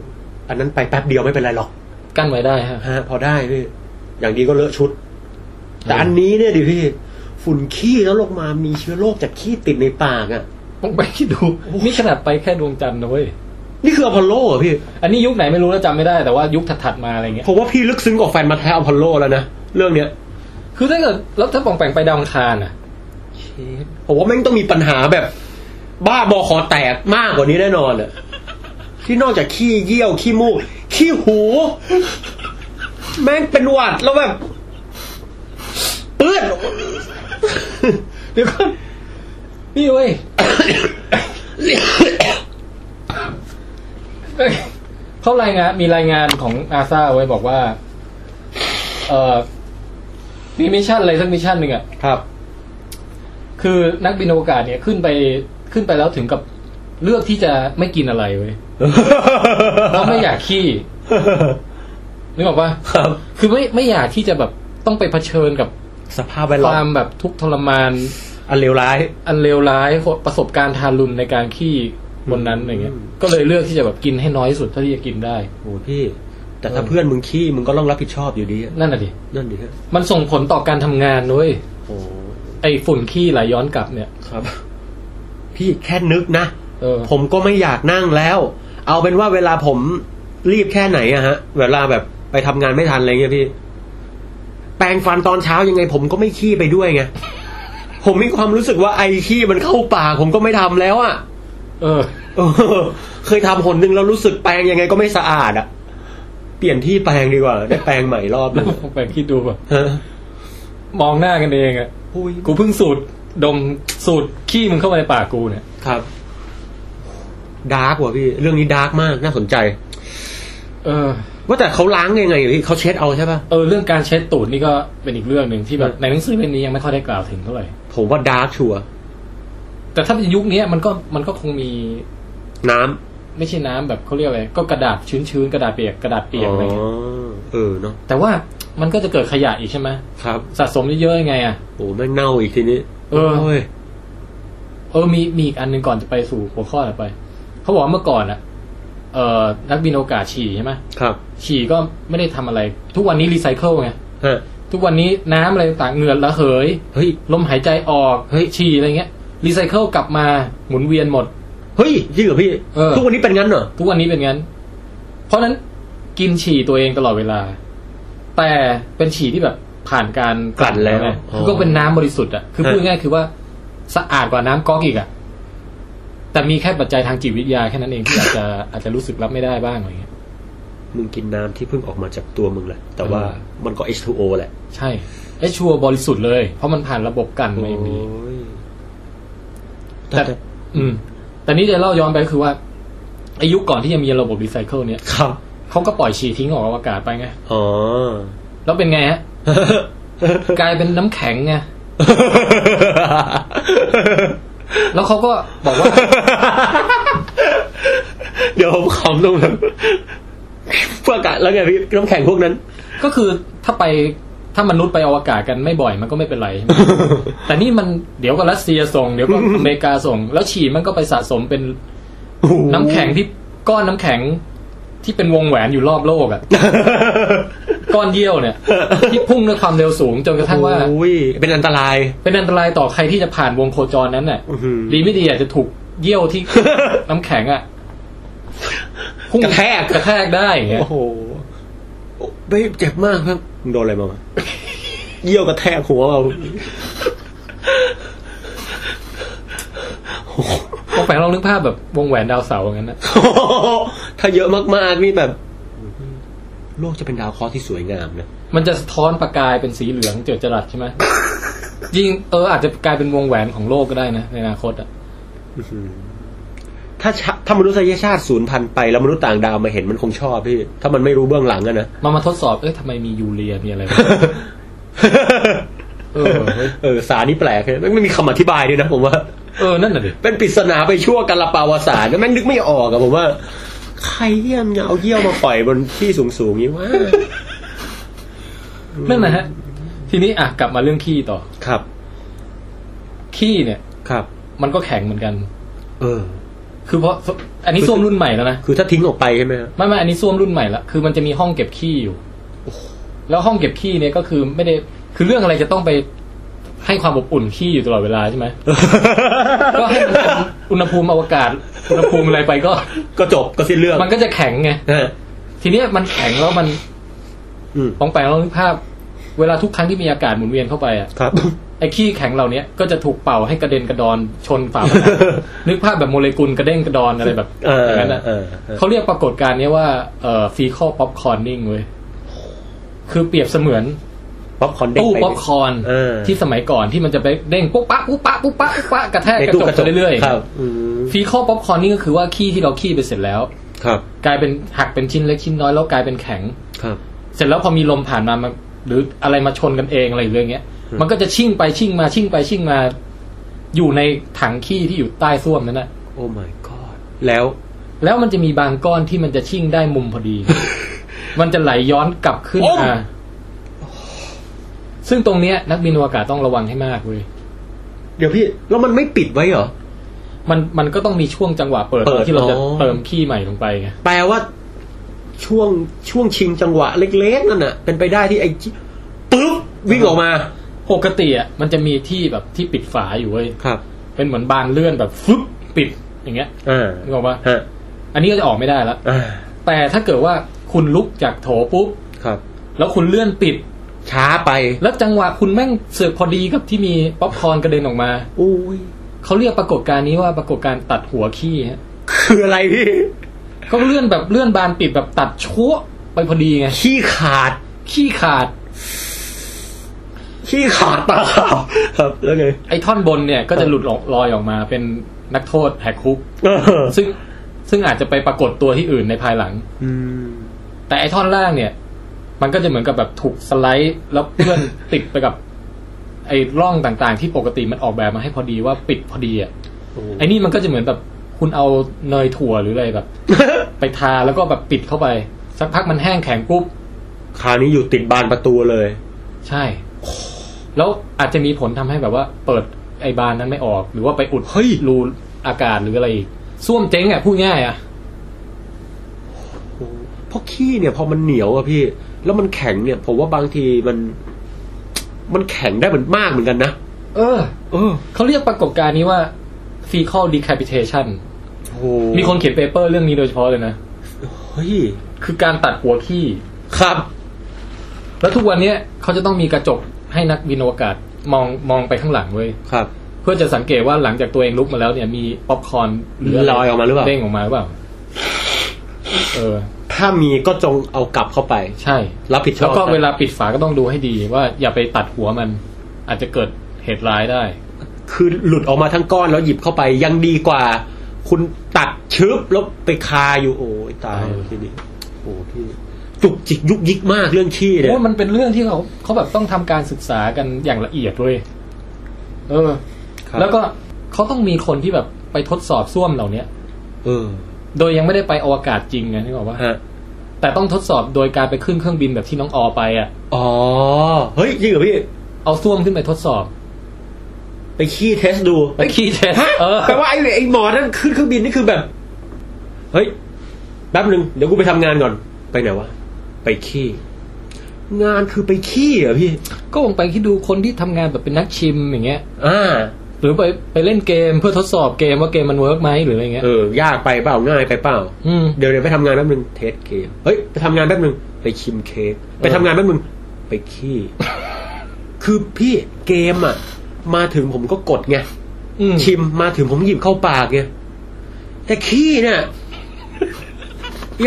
S2: อันนั้นไปแป๊บเดียวไม่เป็นไรหรอก
S1: กั้นไว้ได้ฮะ
S2: ฮะ พอได้พี่ อย่างดีก็เลอะชุด แต่อันนี้เนี่ยดิพี่ ฝุ่นขี้แล้วลงมามีเชื้อโรคจากขี้ติดในปากอ่ะ
S1: ต้องไปคิดดูนี่ขนาดไปแค่ดวงจันทร์นะเว้ย
S2: นี่คืออพอลโลเหรอพี่
S1: อันนี้ยุคไหนไม่รู้แล้วจำไม่ได้แต่ว่ายุคถัดๆมาอะไรเงี้ย
S2: ผมว่าพี่ลึกซึ้งกว่าแฟนมาแท้อพอลโลแล้วนะ เรื่องเนี้ย
S1: คือถ้าเกิดแล้วถ้าปองแปงไปดาวอังคารอ่ะ
S2: ผมว่าแม่งต้องมีปัญหาแบบ บ้าบอคอแตกมากกว่านี้แน่นอนอะที่นอกจากขี้เยี่ยวขี้มูกขี้หู แม่งเป็นหวัดแล้วแบบเปื้อน เดี๋ยวก่อน
S1: นี่เว้ย เขารายงานมีรายงานของอาซาไว้บอกว่า เออมีมิชชั่นอะไรสักมิชชั่นหนึ่งอ่ะ
S2: ครับ
S1: คือนักบินอวกาศเนี่ยขึ้นไปขึ้นไปแล้วถึงกับเลือกที่จะไม่กินอะไรเว้ยเพราะไม่อยากขี้นึกออกปะ
S2: ครับ
S1: คือไม่ไม่อยากที่จะแบบต้องไปเผชิญกับ
S2: สภาพแวด
S1: ค
S2: ล้อ
S1: วาม
S2: ม
S1: แบบทุกข์ทรมาน
S2: อันเลวร้าย
S1: อันเลวร้ายประสบการณ์ทารุณในการขี้ บนนั้นอย่างเงี้ย ก็เลยเลือกที่จะแบบกินให้น้อยที่สุดเท่าที่จะกินได้
S2: โอ้พี่ แต่ถ้าเพื่อนมึงขี้มึงก็ต้องรับผิดชอบอยู่ดีอะ
S1: นั่นน่ะดิ
S2: นั่นดีฮะ
S1: มันส่งผลต่อการทำงานเว้ย
S2: โอ้
S1: ไอฝุ่นขี้ไหลย้อนกลับเนี่ย
S2: ครับ พี่แค่นึกนะ
S1: เออ
S2: ผมก็ไม่อยากนั่งแล้ว เอาเป็นว่าเวลาผมรีบแค่ไหนอะฮะ เวลาแบบไปทำงานไม่ทันอะไรเงี้ยพี่ แปรงฟันตอนเช้ายังไง ผมก็ไม่ขี้ไปด้วยไง ผมมีความรู้สึกว่าไอขี้มันเข้าปากผมก็ไม่ทำแล้วอะ
S1: เออ
S2: เออ เคยทำหนหนึ่งแล้วรู้สึกแปรงยังไงก็ไม่สะอาดอะเปลี่ยนที่แปรงดีกว่า ได้แปรงใหม่รอบหนึง
S1: ไปคิดดูแบบ
S2: ฮะ
S1: มองหน้ากันเองอะ
S2: อุ้ย
S1: กูเพิ่งสูดดมสูดขี้มึงเข้าไปในปากกูเนี่ย
S2: ครับดาร์กว่ะพี่ เรื่องนี้ดาร์กมากน่าสนใจ
S1: เออ
S2: ว่าแต่เขาล้างยังไงอะพี่เขาเช็ดเอาใช่ปะ
S1: เออเรื่องการเช็ดตูดนี่ก็เป็นอีกเรื่องหนึ่งที่แบบในหนังสือเล่มนี้ยังไม่ค่อยได้กล่าวถึงเท่าไหร่
S2: ผมว่าดาร์กชัวร์
S1: แต่ถ้าเป็นยุคเนี้ยมันก็มันก็คงมี
S2: น้ำ
S1: ไม่ใช่น้ำแบบเขาเรียกอะไรก็กระดาษชื้นๆกระดาษเปียกกระดาษเปียกอะไรเงี้ย
S2: อเออเนาะ
S1: แต่ว่ามันก็จะเกิดขยะอีกใช่ไหม
S2: ครับ
S1: สะสมเยอะๆยังไงอ่ะ
S2: โอ้แม่งเน่าอีกทีนี้
S1: เออ
S2: โย
S1: เออมีมีอีกอันหนึ่งก่อนจะไปสู่หัวข้อต่อไปเขาบอกว่าเมื่อก่อนอ่ะเอ่อนักบินอวกาศฉี่ใช่ไหม
S2: ครับ
S1: ฉี่ก็ไม่ได้ทำอะไร ทุกวันนี้รีไซเคิลไง
S2: ฮะ
S1: ทุกวันนี้น้ำอะไรต่างๆเหงื่อระเหย
S2: เฮ้ย
S1: ลมหายใจออก
S2: เฮ้ย
S1: ฉี่อะไรเงี้ยรีไซเคิลกลับมาหมุนเวียนหมด
S2: เฮ้ยจริงเหรอพี่
S1: เออ
S2: ทุกวันนี้เป็นงั้นเหรอ
S1: ทุกวันนี้เป็นงั้น เพราะฉะนั้นกินฉี่ตัวเองตลอดเวลา แต่เป็นฉี่ที่แบบผ่านการนะคือก็เป็นน้ำบริสุทธิ์อ่ะคือพูดง่ายๆคือว่าสะอาดกว่าน้ำก๊อกอีกอ่ะแต่มีแค่ปัจจัยทางจิตวิทยาแค่นั้นเองที่อาจจะอาจจะรู้สึกรับไม่ได้บ้างอะไรเงี้ย
S2: มึงกินน้ำที่เพิ่งออกมาจากตัวมึงแหละแต่ว่า
S1: เออ
S2: มันก็ H2O แหละ
S1: ใช่ไอชัวร์บริสุทธิ์เลย เพราะมันผ่านระบบกลันมาอย่างดี
S2: โอ้ย
S1: แต่ อืม แต่นี่จะเล่าย้อนไปก็คือว่าไอายุคก่อนที่จะมีระบบรีไซเคิลเนี่ย
S2: ครับ
S1: เขาก็ปล่อยฉี่ทิ้งออกอากาศไปไง
S2: อ๋อ
S1: แล้วเป็นไงฮะกลายเป็นน้ำแข็งไง แล้วเขาก็บอกว่า
S2: เดี๋ยวผมขำตรงนั้นพวกกะแล้วไงพี่น้ำแข็งพวกนั้น
S1: ก็คือถ้าไปถ้ามนุษย์ไปอวกาศกันไม่บ่อยมันก็ไม่เป็นไรใช่ไหม แต่นี่มันเดี๋ยวก็รัสเซียส่ง เดี๋ยวก็อเมริกาส่ง แล้วฉี่มันก็ไปสะสมเป็นน้ำแข็งที่ก้อนน้ำแข็งที่เป็นวงแหวนอยู่รอบโลกอะก้อนเยี่ยว เนี่ย ที่พุ่งด้วยความเร็วสูงจนกระทั่งว่า
S2: โอ้ยเป็นอันตราย
S1: เป็นอันตรายต่อใครที่จะผ่านวงโคจรนั้นน่ะ
S2: อื้อหือ
S1: ดีไม่ดีอาจจะถูกเยี่ยวที่ น้ำแข็งอ่ะพุ่ง
S2: กระแทก
S1: กระแทกได้อย่างเงี้ย
S2: โอ้โหเฮ้ยเจ็บมากครับมึงโดนอะไรมาวะเยี่ยวกระแทกหัวเราโอ้โห
S1: พวกแฝงลองนึกภาพแบบวงแหวนดาวเสาร์อย่างนั้นนะ
S2: ถ้าเยอะมากๆนี่แบบ โลกจะเป็นดาวเคราะห์ที่สวยงามนะ
S1: มันจะสะท้อนประกายเป็นสีเหลืองเจิดจรัสใช่ไหม ยิ่งเอออาจจะกลายเป็นวงแหวนของโลกก็ได้นะในอนาคตอ่ะ
S2: ถ้าชะถ้ามนุษยชาติสูญพันธุ์ไปแล้วมนุษย์ต่างดาวมาเห็นมันคงชอบพี่ ถ้ามันไม่รู้เบื้องหลังอะนะ
S1: มามาทดสอบเอ้ยทำไมมียูเรียมีอะไรวะ เออเฮ้ย
S2: เออ สารนี่แปลกเลยไม่มีคำอธิบายด้วยนะผมว่า
S1: เออนั่นน่ะดิ
S2: เป็นปริศนาไปชั่วกันละปาวสารแม่งนึกไม่ออกอะผมว่า ใครเยี่ยมเอาเยี่ยวมาปล่อยบนที่สูงสูงๆนี้วะ
S1: นั่นนะฮะ ทีนี้อ่ะกลับมาเรื่องขี้ต่อ
S2: ครับ
S1: ขี้เนี่ย
S2: ครับ
S1: มันก็แข็งเหมือนกัน
S2: เออ
S1: คือเพราะอันนี้ส้วมรุ่นใหม่แล้วนะ
S2: คือถ้าทิ้งออกไปใช่ไหมฮะ
S1: ไม่ไม่อันนี้ส้วมรุ่นใหม่ละคือมันจะมีห้องเก็บขี้อยู่แล้วห้องเก็บขี้เนี่ยก็คือไม่ได้คือเรื่องอะไรจะต้องไปให้ความอบอุ่นขี้อยู่ตลอดเวลาใช่ไหม ก็ให้มันเป็นอุณหภูมิอวกาศอุณหภูมิอะไรไปก็
S2: ก็จบก็สิ้นเรื่อง
S1: มันก็จะแข็งไง
S2: ฮะ
S1: ทีเนี้ยมันแข็งแล้วมัน
S2: อืม
S1: ปองแปงลองนึกภาพ เวลาทุกครั้งที่มีอากาศหมุนเวียนเข้าไปอ่ะ
S2: ครับ
S1: ไอ้ขี้แข็งเหล่าเนี้ยก็จะถูกเป่าให้กระเด็นกระดอนชนฝาผนัง นึกภาพแบบโมเลกุลกระเด้งกระดอนอะไรแบบ
S2: เออ
S1: อย่างนั้นอ่ะ
S2: เออเออ
S1: เขาเรียกปรากฏการณ์เนี้ยว่าเอ่อฟีคอลป๊อปคอร์นนิ่งเว้ย คือเปรียบเสมือน
S2: ป๊อปคอร์นเด็ก
S1: ตู้
S2: ไป
S1: ป๊อปคอร์น
S2: เออ
S1: ที่สมัยก่อนที่มันจะไปเด้งปุ๊บปะปุ๊บปะปุ๊บปะปุ๊บปะกระแทก
S2: ใน
S1: กระ
S2: ตู้
S1: จก
S2: กระจก
S1: ไปเรื่อย
S2: ครับอืม
S1: ๆฟีคอลป๊อปคอร์นนี่ก็คือว่าขี้ที่เราขี้ไปเสร็จแล้ว
S2: ครับ
S1: กลายเป็นหักเป็นชิ้นเล็กชิ้นน้อยแล้วกลายเป็นแข็ง
S2: ครับ
S1: เสร็จแล้วพอมีลมผ่านมามันหรืออะไรมาชนกันเองอะไรเรื่องเงี้ย มันก็จะชิ่งไปชิ่งมาชิ่งไปชิ่งมา อยู่ในถังขี้ที่อยู่ใต้ส้วมนั่นนะ
S2: โอ้ my god แล้ว
S1: แล้วมันจะมีบางก้อนที่มันจะชิ่งได้มุมพ อดี มันจะไหลย้อนกลับขึ้น
S2: โอ้
S1: มาซึ่งตรงเนี้ย นักบินอวกาศต้องระวังให้มากเว้ย
S2: เดี๋ยวพี่ แล้วมันไม่ปิดไว้เหรอ
S1: มันมันก็ต้องมีช่วงจังหวะเปิด
S2: เปิด
S1: ที่เราจะ
S2: อ๋อ
S1: เติมขี้ใหม่ลงไปไง
S2: แปลว่าช่วงช่วงชิงจังหวะเล็กๆนั่นน่ะ เป็นไปได้ที่ไอ้จิปึ๊บวิ่งออกมา
S1: ปกติอ่ะมันจะมีที่แบบที่ปิดฝาอยู่เว้ย
S2: ครับ
S1: เป็นเหมือนบานเลื่อนแบบฟึบปิดอย่างเงี้ย
S2: อ่า
S1: นึกออกปะ
S2: ฮะ
S1: อันนี้ก็จะออกไม่ได้ละ
S2: อ่า
S1: แต่ถ้าเกิดว่าคุณลุกจากโถปุ๊บ
S2: ครับ
S1: แล้วคุณเลื่อนปิด
S2: ช้าไป
S1: แล้วจังหวะคุณแม่งเสือกพอดีกับที่มีป๊อปคอร์นกระเด็นออกมา
S2: อุ้ย
S1: เขาเรียกปรากฏการณ์นี้ว่าปรากฏการณ์ตัดหัวขี้ฮะ
S2: คืออะไรพี่
S1: ก็เลื่อนแบบเลื่อนบานปิดแบบตัดชั่วไปพอดีไง
S2: ขี้ขาด
S1: ขี้ขาด
S2: ขี้ขาดตาขาวครับแล้วไง
S1: ไอ้ท่อนบนเนี่ยก็จะหลุดออกลอยออกมาเป็นนักโทษแหกคุก
S2: เออ
S1: ซึ่งซึ่งอาจจะไปปรากฏตัวที่อื่นในภายหลัง
S2: อืม
S1: แต่ไอ้ท่อนล่างเนี่ย มันก็จะเหมือนกับแบบถูกสไลด์แล้วเพื่อน ติดไปกับ ไอ้ร่องต่างๆ ที่ปกติมันออกแบบมาให้พอดีว่าปิดพอดีอ่ะไอ้นี่มันก็จะเหมือนแบบคุณเอาเนยถั่วหรืออะไรแบบ ไปทาแล้วก็แบบปิดเข้าไป สักพักมันแห้งแข็งปุ๊บ
S2: คราวนี้อยู่ติดบานประตูเลย
S1: ใช่ แล้วอาจจะมีผลทำให้แบบว่า เปิดไอ้บานนั้นไม่ออก หรือว่าไปอุด
S2: เฮ้ย
S1: รูอากาศหรืออะไรอีกส้วมเจ๊งอ่ะพูดง่ายอ่ะ
S2: เพราะขี้เนี่ยพอมันเหนียวอะพี่ แล้วมันแข็งเนี่ยผมว่าบางทีมัน มันแข็งได้เหมือนมากเหมือนกันนะ
S1: เออ
S2: เออ
S1: เขาเรียกปรากฏการณ์นี้ว่า fecal decapitation
S2: โอ้โห
S1: มีคนเขียนเปเปอร์เรื่องนี้โดยเฉพาะเลยนะ
S2: เฮ้ย
S1: คือการตัดหัวขี้
S2: ครับ
S1: แล้วทุกวันเนี้ยเขาจะต้องมีกระจกให้นักบินอวกาศมองมองไปข้างหลังเว้ย
S2: ครับ
S1: เพื่อจะสังเกตว่าหลังจากตัวเองลุกมาแล้วเนี่ยมีป๊อปคอร์นะ
S2: ลอยออกมาหรือเปล่า
S1: เด้งออกมาหรือเปล่า เออ
S2: ถ้ามีก็จงเอากลับเข้าไป
S1: ใช่
S2: รับผิดช
S1: แล้
S2: อ
S1: ว
S2: บ
S1: ก็เวลาปิดฝาก็ต้องดูให้ดีว่าอย่าไปตัดหัวมัน อาจจะเกิดเหตุร้ายได้
S2: คือหลุดออกมาทั้งก้อนแล้วหยิบเข้าไปยังดีกว่า คุณตัดชึบแล้วไปคาอยู่โอ้ยตาย
S1: เออ
S2: ทีนี้โอ้พี่จุกจิกยุกยิกมากเรื่องขี้เนี่ย
S1: โอ้ยมันเป็นเรื่องที่เขาเขาแบบต้องทำการศึกษากันอย่างละเอียดเว้ยเออ
S2: ครับ
S1: แล้วก็เขาต้องมีคนที่แบบไปทดสอบส้วมเหล่าเนี้ย
S2: เออ
S1: โดยยังไม่ได้ไปอวกาศจริงไงนึกออกว่า
S2: ฮะ
S1: แต่ต้องทดสอบโดยการไปขึ้นเครื่องบินแบบที่น้องออไปอ่ะ
S2: อ๋อเฮ้ยจริงเหรอพี่
S1: เอาส้วมขึ้นไปทดสอบ
S2: ไปขี้เทสดู
S1: ไปขี่เทส
S2: ฮะ
S1: เออ
S2: แปลว่าไอ้ไอ้หมอนั่นขึ้นเครื่องบินนี่คือแบบ เฮ้ยแป๊บหนึ่งเดี๋ยวกูไปทำงานก่อน ไปไหนวะไปขี้ งานคือไปขี้เหรอพี่
S1: ก็ลองไปคิดดูคนที่ทำงานแบบเป็นนักชิมอย่างเงี้ย
S2: อ่า
S1: หรือไปไปเล่นเกมเพื่อทดสอบเกมว่าเกมมันเวิร์กไหมหรืออะไรเงี้ย
S2: เออ ยากไปเปล่าง่ายไปเปล่า
S1: อืม
S2: เดี๋ยวเดี๋ยวไปทำงานแป๊บหนึ่งเทสเกมเฮ้ยไปทำงานแป๊บหนึ่งไปชิมเค้กไปทำงานแป๊บหนึ่งไปขี้ คือพี่เกมอ่ะ มาถึงผมก็กดไง
S1: อืม
S2: ชิมมาถึงผมหยิบเข้าปากไงแต่ขี้เนี่ย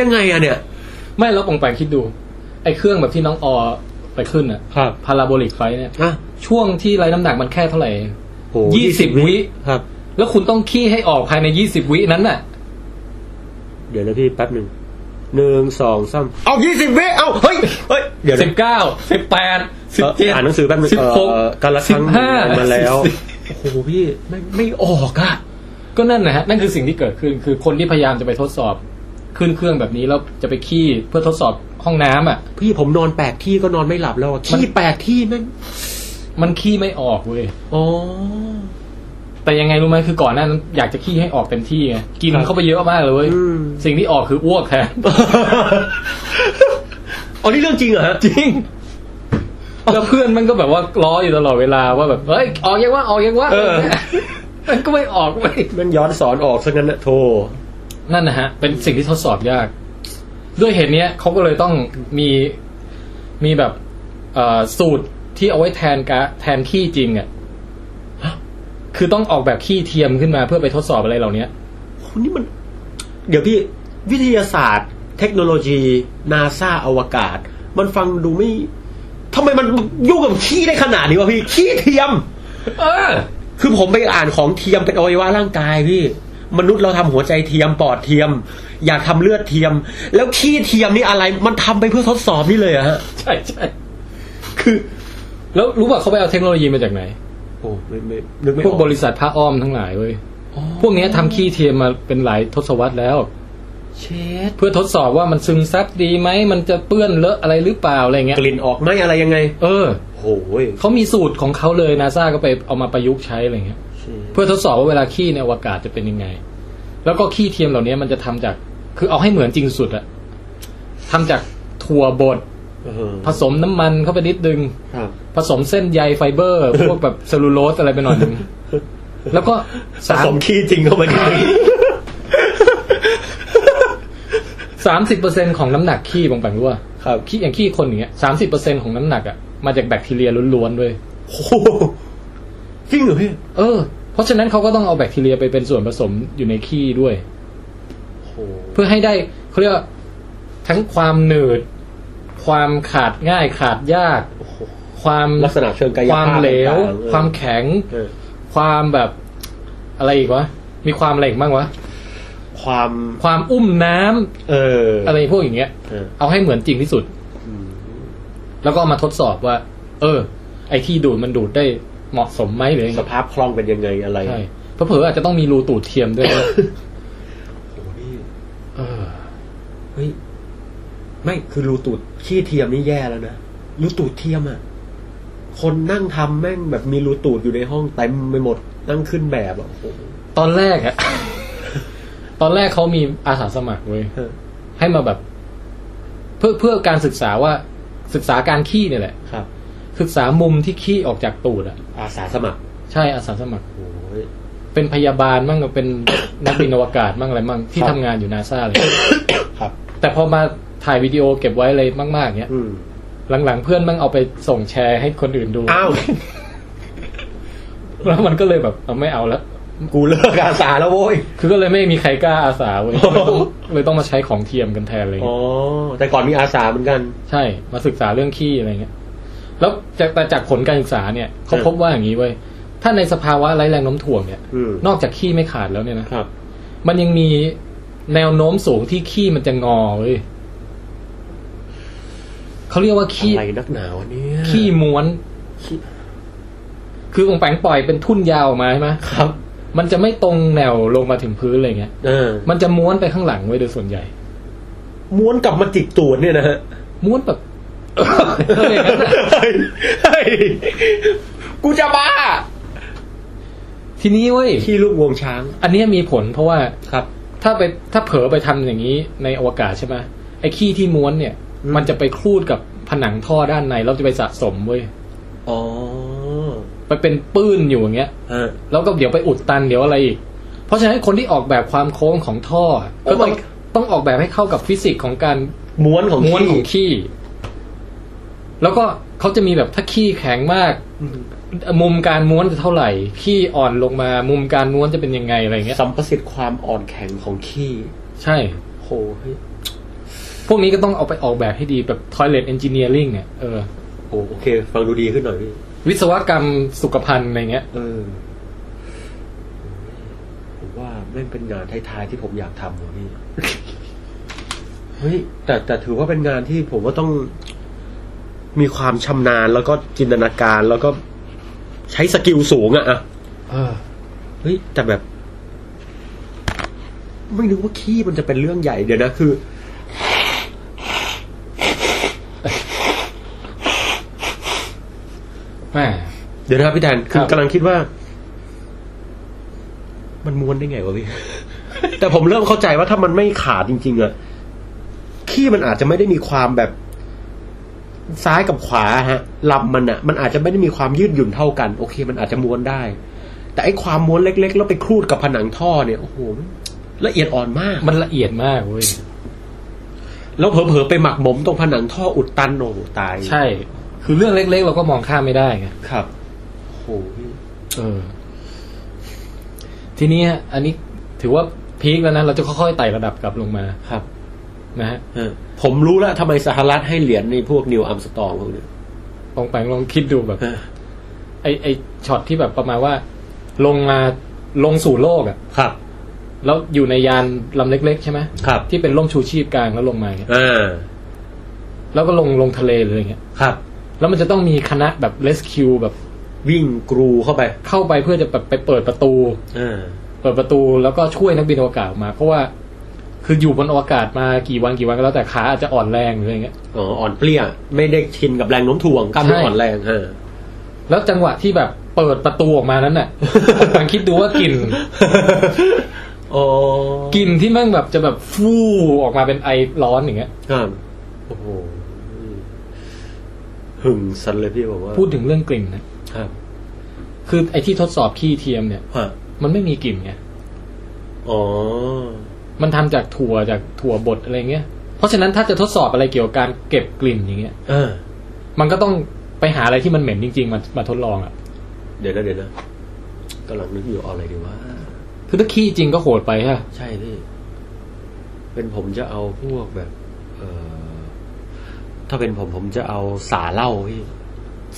S2: ยังไงอะเนี่ย
S1: ไม่แล้วลองไปคิดดู ไอ้เครื่องแบบที่น้องออไปขึ้นอ่ะ
S2: ครับ
S1: พาราโบลิกไฟเนี่ย
S2: อ่ะ
S1: ช่วงที่ไร้น้ำหนักมันแค่เท่าไหร่
S2: โห
S1: ยี่สิบวิ
S2: ครับ
S1: แล้วคุณต้องขี้ให้ออกภายในยี่สิบวินั้นน่ะ
S2: เดี๋ยวนะพี่แป๊บหนึ่งหนึ่งสองสามเอายี่สิบวิเอาเฮ้ยเฮ้ยเดี๋ยว
S1: สิ
S2: นะ
S1: บเก้าสิบแปดสิบ
S2: เอ่อ
S1: เจ็ด
S2: อ่านหนังสือแป๊บหนึง
S1: สิบหก
S2: เอ่อการละค
S1: สิ
S2: รั้
S1: บ
S2: ง
S1: ห้า
S2: มาแล้ว
S1: สิบสี่
S2: โอ้โหพี่ไม่ไม่ออกอะ
S1: ก็นั่นนะฮะนั่นคือสิ่งที่เกิดขึ้นคือคนที่พยายามจะไปทดสอบขึ้นเครื่องแบบนี้แล้วจะไปขี้เพื่อทดสอบห้องน้ำอ่ะ
S2: พี่ผมนอนแปดที่ก็นอนไม่หลับแล้วอะ
S1: มัน
S2: ขี้แปดที่แม่ง
S1: มันขี้ไม่ออกเว้ย
S2: อ๋อ
S1: แต่ยังไงรู้ไหมคือก่อนหน้านั้นอยากจะขี้ให้ออกเต็มที่ไงกิน
S2: ครับ
S1: เข้าไปเยอะมากเลยเว้ย
S2: อืม
S1: สิ่งที่ออกคืออ้วกแทน
S2: อ๋อนี่เรื่องจริงเหรอฮะ
S1: จริงแล้วเพื่อนมันก็แบบว่าล้ออยู่ตลอดเวลาว่าแบบเฮ้ยออกยังว่าออกยังว่า
S2: เออ
S1: มันก็ไม่ออกเว้ย
S2: มันย้อนสอนออกซะงั้นนะโท
S1: นั่นนะฮะ เป็นสิ่งที่ทดสอบยาก ด้วยเหตุเนี้ยเขาก็เลยต้องมีมีแบบเอ่อสูตรที่เอาไว้แทนกะแทนขี้จริงอะ่ะคือต้องออกแบบขี้เทียมขึ้นมาเพื่อไปทดสอบอะไรเหล่าเนี้ย
S2: คุณนี่มัน เดี๋ยวพี่วิทยาศาสตร์ เทคโนโลยีนาซาอวกาศ มันฟังดูไม่ทำไมมันยุ่งกับขี้ได้ขนาดนี้วะพี่ ขี้เทียม
S1: เออ
S2: คือผมไปอ่านของเทียมเป็นอวัยวะร่างกายพี่ มนุษย์เราทำหัวใจเทียมปอดเทียม อยากทำเลือดเทียม แล้วขี้เทียมนี่อะไร มันทำไปเพื่อทดสอบนี่เลยเหรอะฮะ
S1: ใช่ใช่
S2: คือ
S1: แล้วรู้ป่ะเขาไปเอาเทคโนโลยีมาจากไหน
S2: โอ้ไม่ไม่นึกไม่
S1: พ
S2: อ
S1: ว
S2: อก ก
S1: บริษัทผ้าอ้อมทั้งหลายเว้ย
S2: อ๋อ
S1: พวกเนี้ยทำขี้เทียมมาเป็นหลายทศวรรษแล้ว
S2: เช็ด
S1: เพื่อทดสอบว่ามันซึมซับดีไหม มันจะเปื้อนเลอะอะไรหรือเปล่าอะไรเงี้ย
S2: กลิ่นออกไหมอะไรยังไง
S1: เออ
S2: โอ้ย
S1: เขามีสูตรของเขาเลยนาซาก็ไปเอามาประยุกต์ใช้อะไรเงี้ย
S2: เช็ด
S1: เพื่อทดสอบว่าเวลาขี้ในอวกาศจะเป็นยังไง แล้วก็ขี้เทียมเหล่านี้มันจะทำจาก คือเอาให้เหมือนจริงสุดอะทำจากถั่วบดผสมน้ำมันเข้าไปนิดนึง
S2: ครับ
S1: ผสมเส้นใยไฟเบอร์ พวกแบบเซลลูโลสอะไรไปหน่อยนึงแล้วก็
S2: ผ
S1: สาม
S2: สมขี้จริงเข้าไป ด้วย
S1: สามสิบเปอร์เซ็นของน้ำหนักขี้บางแปงรู้ว่า
S2: ครับ
S1: ขี้อย่างขี้คนอย่างเงี้ยสามสิบเปอร์เซ็นของน้ำหนักอะมาจากแบคทีเรียล้วนๆด้วย
S2: โอ้โหจริงเหรอพี่
S1: เออ เพราะฉะนั้นเขาก็ต้องเอาแบคทีเรียไปเป็นส่วนผสมอยู่ในขี้ด้วย
S2: โอ้โห
S1: เพื่อให้ได้เขาเรียกว่าทั้งความหนืด ความขาดง่ายขาดยาก
S2: โอ้โห
S1: ความ
S2: ลักษณะเชิงกาย
S1: ค
S2: ภาพ
S1: วามเหลว
S2: ต่งๆเออ
S1: ความแข็ง
S2: เออ
S1: ความแบบอะไรอีกวะ มีความอะไรอีกบ้างวะ
S2: ความ
S1: ความอุ้มน้ำ
S2: เออ
S1: อะไรพวกอย่างเงี้ย
S2: เออ
S1: เอาให้เหมือนจริงที่สุด
S2: อืม
S1: แล้วก็เอามาทดสอบว่า เออ ไอที่ดูดมันดูดได้เหมาะสมไหมหรือยัง
S2: ส
S1: ไง
S2: ภาพคล่องเป็นยังไงอะไร
S1: ใช่เพราะเผลอๆอาจจะต้องมีรูตูดเทียมด้วยนะ
S2: โอ้โหนี่
S1: เออ
S2: เฮ้ยไม่คือรูตูดขี้เทียมนี่แย่แล้วนะรูตูดเทียมอ่ะคนนั่งทำแม่งแบบมีรูตูดอยู่ในห้องเต็มไปหมดนั่งขึ้นแบบอ่ะโอ้โห
S1: ตอนแรกอะ ตอนแรกเขามีอาสาสมัครเว้ย
S2: เออ
S1: ให้มาแบบ เพื่อเพื่อการศึกษาว่าศึกษาการขี้เนี่ยแหละ
S2: ครับ
S1: ศึกษามุมที่ขี้ออกจากตูดอะ
S2: อาสาสมัคร
S1: ใช่อาสาสมัคร
S2: โอ้ย
S1: เป็นพยาบาลมั่งกับเป็น นักบินอวกาศมั่งอะไรมั่งที่
S2: ครับ
S1: ทำงานอยู่นาซาเลย
S2: ครับ
S1: แต่พอมาถ่ายวิดีโอเก็บไว้อะไรมาก ๆเนี้ย
S2: อืม
S1: หลังๆเพื่อนมั่งเอาไปส่งแชร์ให้คนอื่นดู
S2: อ้าว
S1: แล้วมันก็เลยแบบเอาไม่เอาแล้ว
S2: กูเลิกอาสาแล้วโว้ย
S1: คือก็เลยไม่มีใครกล้าอาสาเว้ย
S2: โอ้โห
S1: เลยต้องเลยต้องมาใช้ของเทียมกันแทนอะไรเลย
S2: อ๋อ แต่ก่อนมีอาสาเหมือนกัน
S1: ใช่ มาศึกษาเรื่องขี้อะไรเงี้ย แล้วจากแต่จากผลการศึกษาเนี่ยเขาพบว่าอย่างนี้เว้ย ถ้าในสภาวะไร้แรงโน้มถ่วงเนี่ย
S2: อืม
S1: นอกจากขี้ไม่ขาดแล้วเนี่ยนะ
S2: ครับ
S1: มันยังมีแนวโน้มสูงที่ขี้มันจะงอเว้ยเขาเรียกว่าขี้
S2: อะไรนักหนาวะเนี่ย
S1: ขี้ม้วน
S2: ขี้
S1: คือองแปงปล่อยเป็นทุ่นยาวออกมาใช่ไหม
S2: ครับ
S1: มันจะไม่ตรงแนวลงมาถึงพื้นอะไรเงี้ย
S2: เออ
S1: มันจะม้วนไปข้างหลังไว้ยโดยส่วนใหญ่
S2: ม้วนกลับมาจิกตูดเนี่ยนะฮะ
S1: ม้วนแบบ อะไรอย่างนั้นน่ะ
S2: เฮ้ยเฮ้ยกูจะบ้า
S1: ทีนี้เว้ย
S2: ขี้ลูกงวงช้าง
S1: อันเนี้ยมีผลเพราะว่า
S2: ครับ
S1: ถ้าไปถ้าเผลอไปทำอย่างนี้ในอวกาศใช่ไหมไอ้ขี้ที่ม้วนเนี่ย
S2: อืม
S1: มันจะไปคลูดกับผนังท่อด้านในแล้วจะไปสะสมเว้ย
S2: อ๋อ
S1: ไปเป็นปื้นอยู่อย่างเงี้ย
S2: ฮะ
S1: แล้วก็เดี๋ยวไปอุดตันเดี๋ยวอะไรอีก เพราะฉะนั้นคนที่ออกแบบความโค้งของท่ออะก็ต้อง
S2: Oh my
S1: ต้องออกแบบให้เข้ากับฟิสิกส์ของการ
S2: ม้วนของ
S1: ม้วนของ
S2: ขี้
S1: ขี้ แล้วก็เขาจะมีแบบถ้าขี้แข็งมาก
S2: อืม
S1: มุมการม้วนจะเท่าไหร่ขี้อ่อนลงมา มุมการม้วนจะเป็นยังไงอะไรเงี้ย
S2: สัมประสิทธิ์ความอ่อนแข็งของขี้
S1: ใช่
S2: โหเฮ้ย
S1: พวกนี้ก็ต้องเอาไปออกแบบให้ดีแบบ toilet engineering เนี่ยเออ
S2: โอ้โอเค ฟังดูดีขึ้นหน่อยพี่
S1: วิศวกรรมสุขภัณฑ์อะไรเงี้ย
S2: เออผมว่าแม่งเป็นงานท้ายๆที่ผมอยากทำว่ะ พี่ เฮ้ยแต่แต่ถือว่าเป็นงานที่ผมว่าต้อง มีความชำนาญแล้วก็จินตนาการแล้วก็ใช้สกิลสูงอะอะ
S1: เออ
S2: เฮ้ยแต่แบบ ไม่นึกว่าขี้มันจะเป็นเรื่องใหญ่เดี๋ยวนะคือ
S1: แหม
S2: เดี๋ยวนะครับพี่แทน
S1: ค
S2: คือ
S1: รับ
S2: กำลังคิดว่า มันม้วนได้ไงวะพี่ แต่ผมเริ่มเข้าใจว่าถ้ามันไม่ขาดจริง ๆอะขี้มันอาจจะไม่ได้มีความแบบ ซ้ายกับขวาฮะลำมันอะมันอาจจะไม่ได้มีความยืดหยุ่นเท่ากัน โอเค มันอาจจะม้วนได้ แต่ไอ้ความม้วนเล็ก ๆ แล้วไปครูดกับผนังท่อเนี่ยโอ้โหมันละเอียดอ่อนมาก
S1: มันละเอียดมากเว้ย
S2: แล้วเผลอๆไปหมักหมมตรงผนังท่ออุดตันโอ้โหตาย
S1: ใช่ คือเรื่องเล็กๆ เราก็มองข้ามไม่ได้ไง
S2: ครับโอ้โหพี่
S1: เออ ทีนี้อันนี้ถือว่าพีคแล้วนะ เราจะค่อยๆ ไต่ระดับกลับลงมา
S2: ครับ
S1: นะฮะ
S2: เออผมรู้แล้วทำไมสหรัฐให้เหรียญในพวกนิวอัมสตองพวกเนี้ย
S1: ลองแปลงลองคิดดูแบบ ไอไอช็อตที่แบบประมาณว่า ลงมาลงสู่โลกอะ
S2: ครับ
S1: แล้วอยู่ในยานลำเล็ก ๆ ใช่ไหม
S2: ครับ
S1: ที่เป็นร่มชูชีพกลางแล้วลงมาอย่างเงี้ย
S2: อ่า
S1: แล้วก็ลงลงทะเลเลยอย่างเงี้ย
S2: ครับ
S1: แล้วมันจะต้องมีคณะแบบเ e สคิวแบบ
S2: วิ่งกรูเข้าไป
S1: เข้าไปเพื่อจะแบบไปเปิดประตู
S2: อ่า
S1: เปิดประตูแล้วก็ช่วยนักบินอวกาศออกมา เพราะว่าคืออยู่บนอวกาศมากี่วันกี่วันก็แล้วแต่ขาอาจจะอ่อนแรงหรืออะไรเงี้ย
S2: อ๋ออ่อนเปลี้ย ไม่ได้ชินกับแรงโน้มถ่วงกล้ามเนื้อ
S1: ใช่
S2: อ่อนแรงฮะ
S1: แล้วจังหวะที่แบบ เปิดประตูออกมานั้นน่ะ ลองคิดดูว่ากลิ่น
S2: โอ้
S1: กลิ่นที่แม่งแบบจะแบบฟูออกมาเป็นไอร้อนอย่างเงี้ย
S2: ครับโอ้โหหึงสันเลยพี่บอกว่า
S1: พูดถึงเรื่องกลิ่นนะ
S2: ครับ
S1: คือไอที่ทดสอบขี้เทียมเนี่ย
S2: ฮะ
S1: มันไม่มีกลิ่นไง
S2: อ๋อ
S1: มันทำจากถั่วจากถั่วบดอะไรเงี้ย เพราะฉะนั้นถ้าจะทดสอบอะไรเกี่ยวกับการเก็บกลิ่นอย่างเงี้ย
S2: อ่า
S1: มันก็ต้องไปหาอะไรที่มันเหม็นจริงๆมามาทดลองอ่ะ
S2: เดี๋ยวนะเดี๋ยวนะกำลังนึกอยู่เอาอะไรดีวะ
S1: คือถ้าขี้จริงก็โหดไปฮะ
S2: ใช่พี่ เป็นผมจะเอาพวกแบบ เออถ้าเป็นผมผมจะเอาสาเหล้าพี่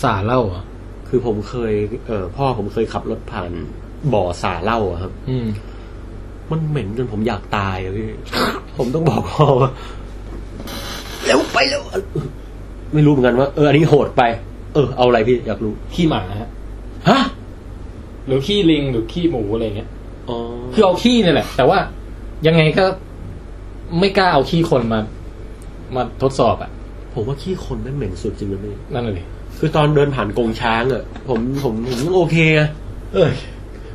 S1: สาเหล้าเหรอ่ะ
S2: คือผมเคย เออพ่อผมเคยขับรถผ่านบ่อสาเหล้าอะครับ
S1: อืม
S2: มันเหม็นจนผมอยากตายอะพี่ ผมต้องบอกพ่อว่าเร็วไปเร็วไม่รู้เหมือนกันว่า เอออันนี้โหดไป เออ เอาอะไรพี่อยากรู้
S1: ขี้หมาฮะ
S2: ฮะ
S1: หรือขี้ลิงหรือขี้หมูอะไรเงี้ย
S2: อ๋อ
S1: คือเอาขี้เนี่ยแหละ แต่ว่ายังไงก็ไม่กล้าเอาขี้คนมา มาทดสอบอ่ะ
S2: ผมว่าขี้คนแม่งเหม็นสุดจริงนะพี่
S1: นั่นเลย
S2: คือตอนเดินผ่านกรงช้างอะผมผมผมยังโอเคอะเออ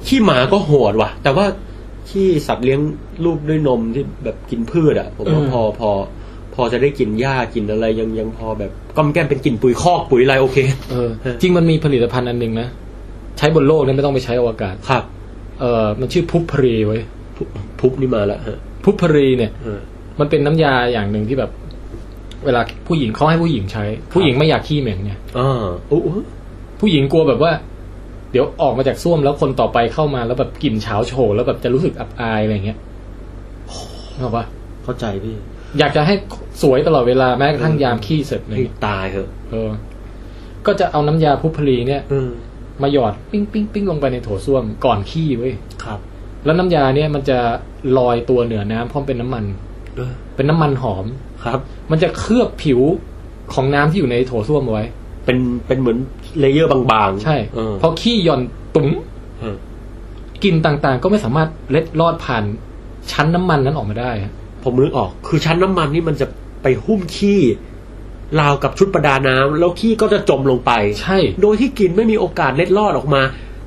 S2: ขี้หมาก็โหดว่ะ แต่ว่าขี้สัตว์เลี้ยงลูกด้วยนมที่แบบกินพืชอะผมว่าพอพอ พอจะได้กินหญ้ากินอะไรยังยังพอแบบก้อมแก้มเป็นกลิ่นปุ๋ยคอกปุ๋ยอะไรโอเค
S1: เออ จริงมันมีผลิตภัณฑ์อันหนึ่งนะ ใช้บนโลกเนี่ยไม่ต้องไปใช้อวกาศ
S2: ครับ
S1: เออมันชื่อพุพพรีไว้ย
S2: พุพุบนี่มาละฮะ
S1: พุพพรีเนี่ย
S2: เออ
S1: มันเป็นน้ำยาอย่างหนึ่งที่แบบ เวลาผู้หญิงเขาให้ผู้หญิงใช้ ผู้หญิงไม่อยากขี้เหม็นไง
S2: อ่าโอ้โห
S1: ผู้หญิงกลัวแบบว่า เดี๋ยวออกมาจากส้วมแล้วคนต่อไปเข้ามาแล้วแบบกลิ่นเฉาโชว์แล้วแบบจะรู้สึกอับอายอะไรเงี้ยนึกออกปะ
S2: เข้าใจพี่
S1: อยากจะให้สวยตลอดเวลาแม้กระทั่งยามขี้เสร็จอะไร
S2: ให้
S1: เงี้ย
S2: ตายเถอะ
S1: เออ ก็จะเอาน้ำยาพุพพรีเนี่ย
S2: เออ
S1: มาหยอดปิ้งปิ้งปิ้งลงไปในโถส้วมก่อนขี้เว้ย
S2: ครับ
S1: แล้วน้ำยาเนี่ยมันจะลอยตัวเหนือน้ำเพราะมันเป็นน้ำมัน
S2: เออ
S1: เป็นน้ำมันหอม
S2: ครับ
S1: มันจะเคลือบผิวของน้ำที่อยู่ในโถส้วมเอาไว้
S2: เป็น เป็นเหมือนเลเยอร์บางๆ
S1: ใช่
S2: เออ
S1: พอขี้หย่อนตุ๋ม
S2: เออก
S1: ลินต่างๆ ก็ไม่สามารถเล็ดลอดผ่านชั้นน้ำมันนั้นออกมาได้ฮะ
S2: ผมนึกออก คือชั้นน้ำมันนี่มันจะไปหุ้มขี้ราวกับชุดประดาน้ำแล้วขี้ก็จะจมลงไป
S1: ใช่
S2: โดยที่กลิ่นไม่มีโอกาสเล็ดลอดออกมา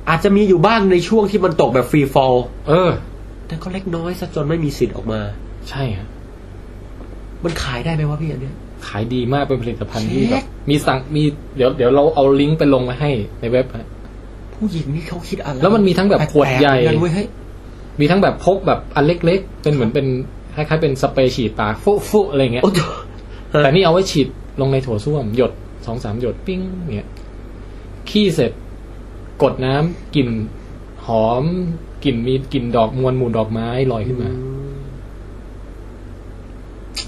S2: อาจจะมีอยู่บ้างในช่วงที่มันตกแบบฟรีฟอล
S1: เออ
S2: แต่ก็เล็กน้อยซะจนไม่มีสิทธิ์ออกมา
S1: ใช่ฮะ
S2: มันขายได้ไหมวะพี่อันเนี้ย
S1: ขายดีมากเป็นผลิตภัณฑ์ที่แบ
S2: เช็
S1: บ
S2: ค
S1: มีสั่งมีเดี๋ยวเดี๋ยวเราเอาลิงก์ไปลงมาให้ในเว็บฮะ
S2: ผู้หญิงนี่เขาคิดอะไร
S1: แล้วมันมีทั้งแบบขวดใหญ่
S2: ปลกๆเมือนกันเว้ยเฮ้ย
S1: มีทั้งแบบพกแบบอันเล็กๆ เป็นเหมือนเป็นคล้ายๆเป็นสเปรย์ฉีดปากฟุฟุอะไรเงี้ย
S2: โอ้โห
S1: แต่นี่เอาไว้ฉีดลงในโถส้วม หยดสองสามหยดปิ้งเนี่ยขี้เสร็จ กดน้ำกลิ่นหอมกลิ่นมีกลิ่นดอกมวลหมู่ดอกไม้ลอยขึ้นมา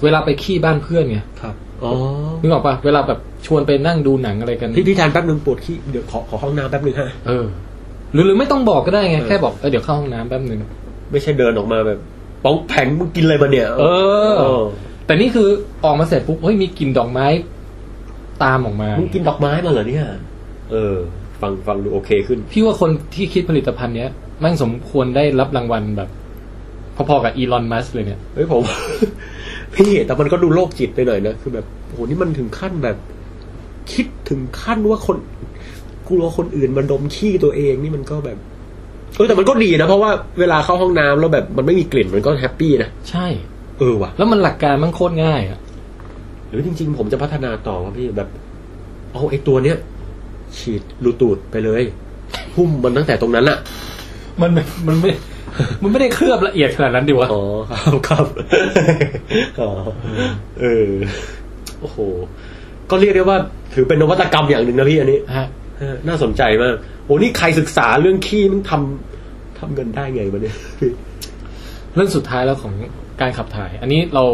S1: เวลาไปขี้บ้านเพื่อนไง
S2: ครับ อ๋อ
S1: นึกออกปะเวลาแบบชวนไปนั่งดูหนังอะไรกัน
S2: พี่พี่ทานแป๊บนึงปวดขี้ เดี๋ยวขอขอห้องน้ำแป๊บนึงฮะ
S1: เออ หรือหรือไม่ต้องบอกก็ได้ไง
S2: เออ
S1: แค่บอกเออเดี๋ยวเข้าห้องน้ำแป๊บหนึ่ง
S2: ไม่ใช่เดินออกมาแบบป้องแผงมึงกินอะไรมาเนี่ย
S1: เออ แต่นี่คือออกมาเสร็จปุ๊บเฮ้ยมีกลิ่นดอกไม้ ตามออกมา
S2: มึงกินดอกไม้มาเหรอเนี่ย เออ ฟังฟังดูโอเคขึ้น
S1: พี่ว่าคนที่คิดผลิตภัณฑ์เนี้ยแม่งสมควรได้รับรางวัลแบบ พอๆกับอีลอนมัสเลยเนี่ย
S2: เฮ้ยผม พี่แต่มันก็ดูโรคจิตไปหน่อยนะ คือแบบโหนี่มันถึงขั้นแบบ คิดถึงขั้นว่าคนกลัวคนอื่นมาดมขี้ตัวเองนี่มันก็แบบเออแต่มันก็ดีนะเพราะว่าเวลาเข้าห้องน้ำแล้วแบบมันไม่มีกลิ่นมันก็แฮปปี้นะ
S1: ใช่
S2: เออว่ะ
S1: แล้วมันหลักการมันโคตรง่ายอ่ะ
S2: หรือจริงๆ ผมจะพัฒนาต่อว่าพี่แบบ เอาไอ้ตัวเนี้ย ฉีดรูตูดไปเลย หุ้มมันตั้งแต่ตรงนั้นอะ
S1: มันมันไม่ มันไม่ได้เคลือบละเอียดขนาดนั้นดิวะ
S2: อ๋อครับครับ อ๋อเออโอ้โห ก็เรียกได้ว่าถือเป็นนวัตกรรมอย่างหนึ่งนะพี่อันนี้
S1: ฮะ
S2: เออน่าสนใจมากโอ้นี่ใครศึกษาเรื่องขี้มันทำทำเงินได้ไงวะเนี่ย
S1: เรื่องสุดท้ายแล้วของการขับถ่าย อันนี้เรา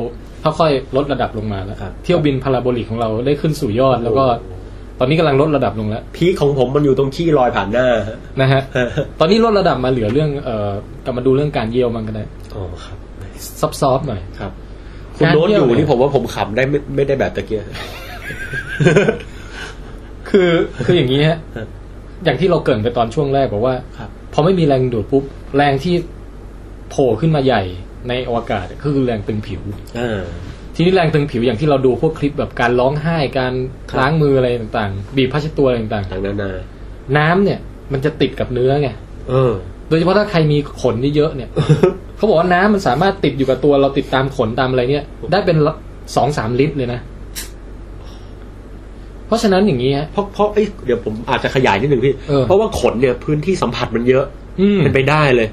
S1: ค่อยๆลดระดับลงมาแล้วเที่ยวบินพาราโบลิกของเราได้ขึ้นสู่ยอด แล้วก็ตอนนี้กำลังลดระดับลงแล้ว
S2: พีคของผมมันอยู่ตรงขี้ลอยผ่านหน้า
S1: นะ ฮะ
S2: ฮะ
S1: ตอนนี้ลดระดับมาเหลือเรื่องเอ่อกลับมาดูเรื่องการเยี่ยวมันก็ได้
S2: อ๋อครับ
S1: ซับซอฟหน่อย
S2: ครับ คุณโน้ตอยู่นี่ผมว่าผมขำได้ไม่ไม่ได้แบบตะเกีย
S1: คือคืออย่างนี้ฮะ
S2: ฮะ
S1: อย่างที่เราเกรินไปตอนช่วงแรกบอกว่า
S2: ครับ
S1: พอไม่มีแรงดูดปุ๊บแรงที่โผล่ขึ้นมาใหญ่ในอวกาศก็คือแรงตึงผิว
S2: อ่า
S1: ทีนี้แรงตึงผิวอย่างที่เราดูพวกคลิปแบบการร้องไห้การ
S2: ครับ
S1: ล้างมืออะไรต่างๆ บีบผ้าเช็ดตัวอะไรต่าง
S2: ต่างนานา
S1: ๆ น้ำเนี่ย มันจะติดกับเนื้อไง
S2: เออ
S1: โดยเฉพาะถ้าใครมีขนเยอะๆเนี่ย เขาบอกว่าน้ำมันสามารถติดอยู่กับตัวเราติดตามขนตามอะไรเนี่ย ได้เป็นสองสามลิตรเลยนะ เพราะฉะนั้นอย่างนี้ฮะ
S2: เพราะเพราะเอ้ยเดี๋ยวผมอาจจะขยายนิดหนึ่งพี่
S1: เออ
S2: เพราะว่าขนเนี่ยพื้นที่สัมผัสมันเยอะ
S1: อืม
S2: เป็นไปได้เลย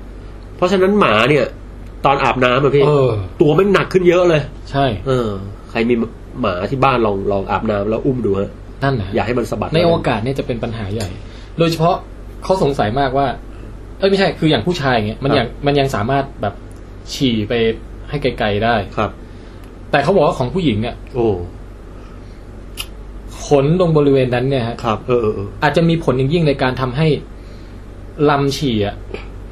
S2: เพราะฉะนั้นหมาเนี่ย ตอนอาบน้ำอะพี่
S1: เออ
S2: ตัวแมันหนักขึ้นเยอะเลย
S1: ใช่
S2: เออ ใครมีหมาที่บ้านลองลองอาบน้ำแล้วอุ้มดูฮะ
S1: นั่นนะ
S2: อย่าให้มันสะบัด
S1: ในอวกาศเนี่ยจะเป็นปัญหาใหญ่ โดยเฉพาะเขาสงสัยมากว่า เอ้ยไม่ใช่ คืออย่างผู้ชายอย่างเงี้ยมันยังมันยังสามารถแบบฉี่ไปให้ไกลๆได้
S2: ครับ
S1: แต่เขาบอกว่าของผู้หญิงอ่ะ
S2: โอ้
S1: ขนตรงบริเวณนั้นเนี่ยฮะ
S2: ครับ เออเออเออ
S1: อาจจะมีผลอย่างยิ่งในการทำให้ลำฉี่อ่ะ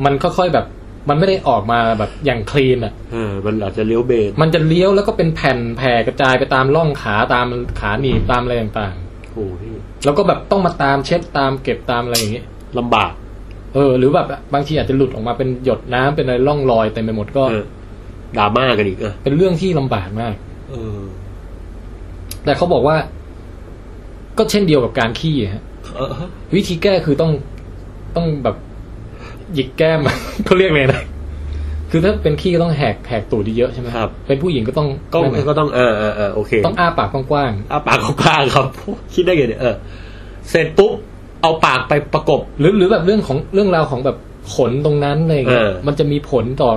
S1: มันค่อยๆแบบ มันไม่ได้ออกมาแบบอย่างคลีนอ่ะ
S2: เออมันอาจจะเลี้ยวเบน
S1: มันจะเลี้ยวแล้วก็เป็นแผ่นแผ่กระจายไปตามร่องขาตามขาหนีบตามอะไรต่าง
S2: โอ้พี่
S1: ๆ แล้วก็แบบต้องมาตามเช็ดตามเก็บตามอะไรอย่างเงี้ย
S2: ลำบาก
S1: เออหรือแบบบางทีอาจจะหลุดออกมาเป็นหยดน้ำเป็นอะไรร่องรอยเต็มไปหมดก็
S2: เออดราม่ากันอีกอะ
S1: เป็นเรื่องที่ลำบากมาก
S2: เออ
S1: แต่เขาบอกว่า ก็เช่นเดียวกับการขี้อะฮะ
S2: เออ
S1: วิธีแก้คือต้องต้องแบบหยิกแก้ม เขาเรียกเลยนะคือถ้าเป็นขี้ก็ต้องแหกแหกตูดเยอะๆใช่ไหม
S2: ครับ
S1: เป็นผู้หญิงก็ต้อง
S2: ก็
S1: นั่นน่ะ
S2: ก็ต้องเออเออเออโอเค
S1: ต้องอ้าปากกว้าง
S2: อาปากกว้างๆครับ คิดได้ไงเนี่ยเออเสร็จปุ๊บ เอาปากไปประกบ
S1: ๆหรือหรือแบบเรื่องของเรื่องราวของแบบขนตรงนั้นอะไรอย่างเงี้ย
S2: เออ
S1: มันจะมีผลต่อ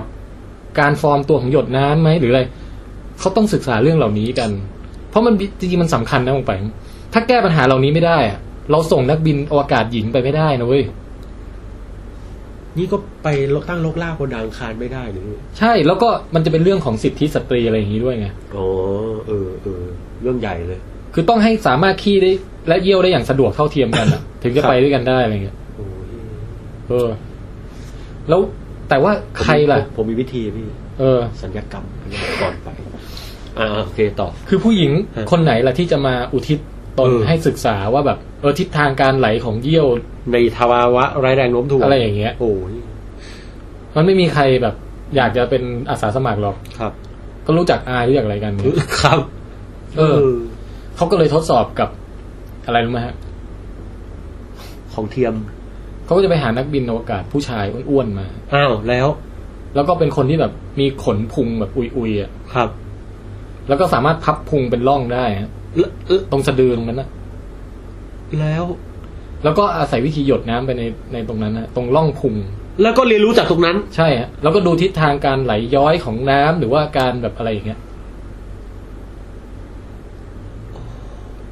S1: การฟอร์มตัวของหยดน้ำไหมหรืออะไรเขาต้องศึกษาเรื่องเหล่านี้กัน เพราะมันจริงๆมันสำคัญนะลงไปงถ้าแก้ปัญหาเหล่านี้ไม่ได้อะเราส่งนักบินอวกาศหญิงไปไม่ได้นะเว้ย
S2: นี่ก็ไปตั้งลกล่าบนดาวอังคารไม่ได้หรือ
S1: ใช่แล้วก็มันจะเป็นเรื่องของสิทธิสตรีอะไรอย่างนี้ด้วยไง
S2: อ๋อเออเออเรื่องใหญ่เลย
S1: คือต้องให้สามารถขี้ได้และเยี่ยวได้อย่างสะดวกเท่าเทียมกันอะ ถึงจะ
S2: ครับ
S1: ไปด้วยกันได้อะไรเงี้ย
S2: โอ้ย
S1: เออ แล้วแต่ว่าใครล่ะ
S2: ผมผมมีวิธีพี่
S1: เออ
S2: สัญญกรรมก่อนไป อ่าโอเคต่อ
S1: คือผู้หญิง
S2: ฮะ
S1: คนไหนล่ะที่จะมาอุทิศตน
S2: เออ
S1: ให้ศึกษาว่าแบบ เออทิศทางการไหลของเยี่ยว
S2: ในทวาวะไร้แรงโน้มถ่วง
S1: อะไรอย่างเงี้ย
S2: โอ้ย
S1: มันไม่มีใครแบบ อยากจะเป็นอาสาสมัครหรอก
S2: ครับ
S1: ก็รู้จักอายรู้จักอะไรกันเนี่ย
S2: ครับ
S1: เออเขาก็เลยทดสอบกับอะไรรู้ไหมฮะ
S2: ของเทียม
S1: เขาก็จะไปหานักบินอวกาศผู้ชายอ้วนๆมา
S2: อ้าวแล้ว
S1: แล้วก็เป็นคนที่แบบมีขนพุงแบบอุยๆอ่ะ
S2: ครับ
S1: แล้วก็สามารถพับพุงเป็นร่องได้ฮะ
S2: แล้ว
S1: ตรงสะดือตรงนั้นนะ
S2: แล้ว
S1: แล้วก็อาศัยวิธีหยดน้ำไปในในตรงนั้นนะตรงร่องพุง
S2: แล้วก็เรียนรู้จากตรงนั้น
S1: ใช่ฮะแล้วก็ดูทิศทางการไหลย้อยของน้ำหรือว่าการแบบอะไรอย่างเงี้ย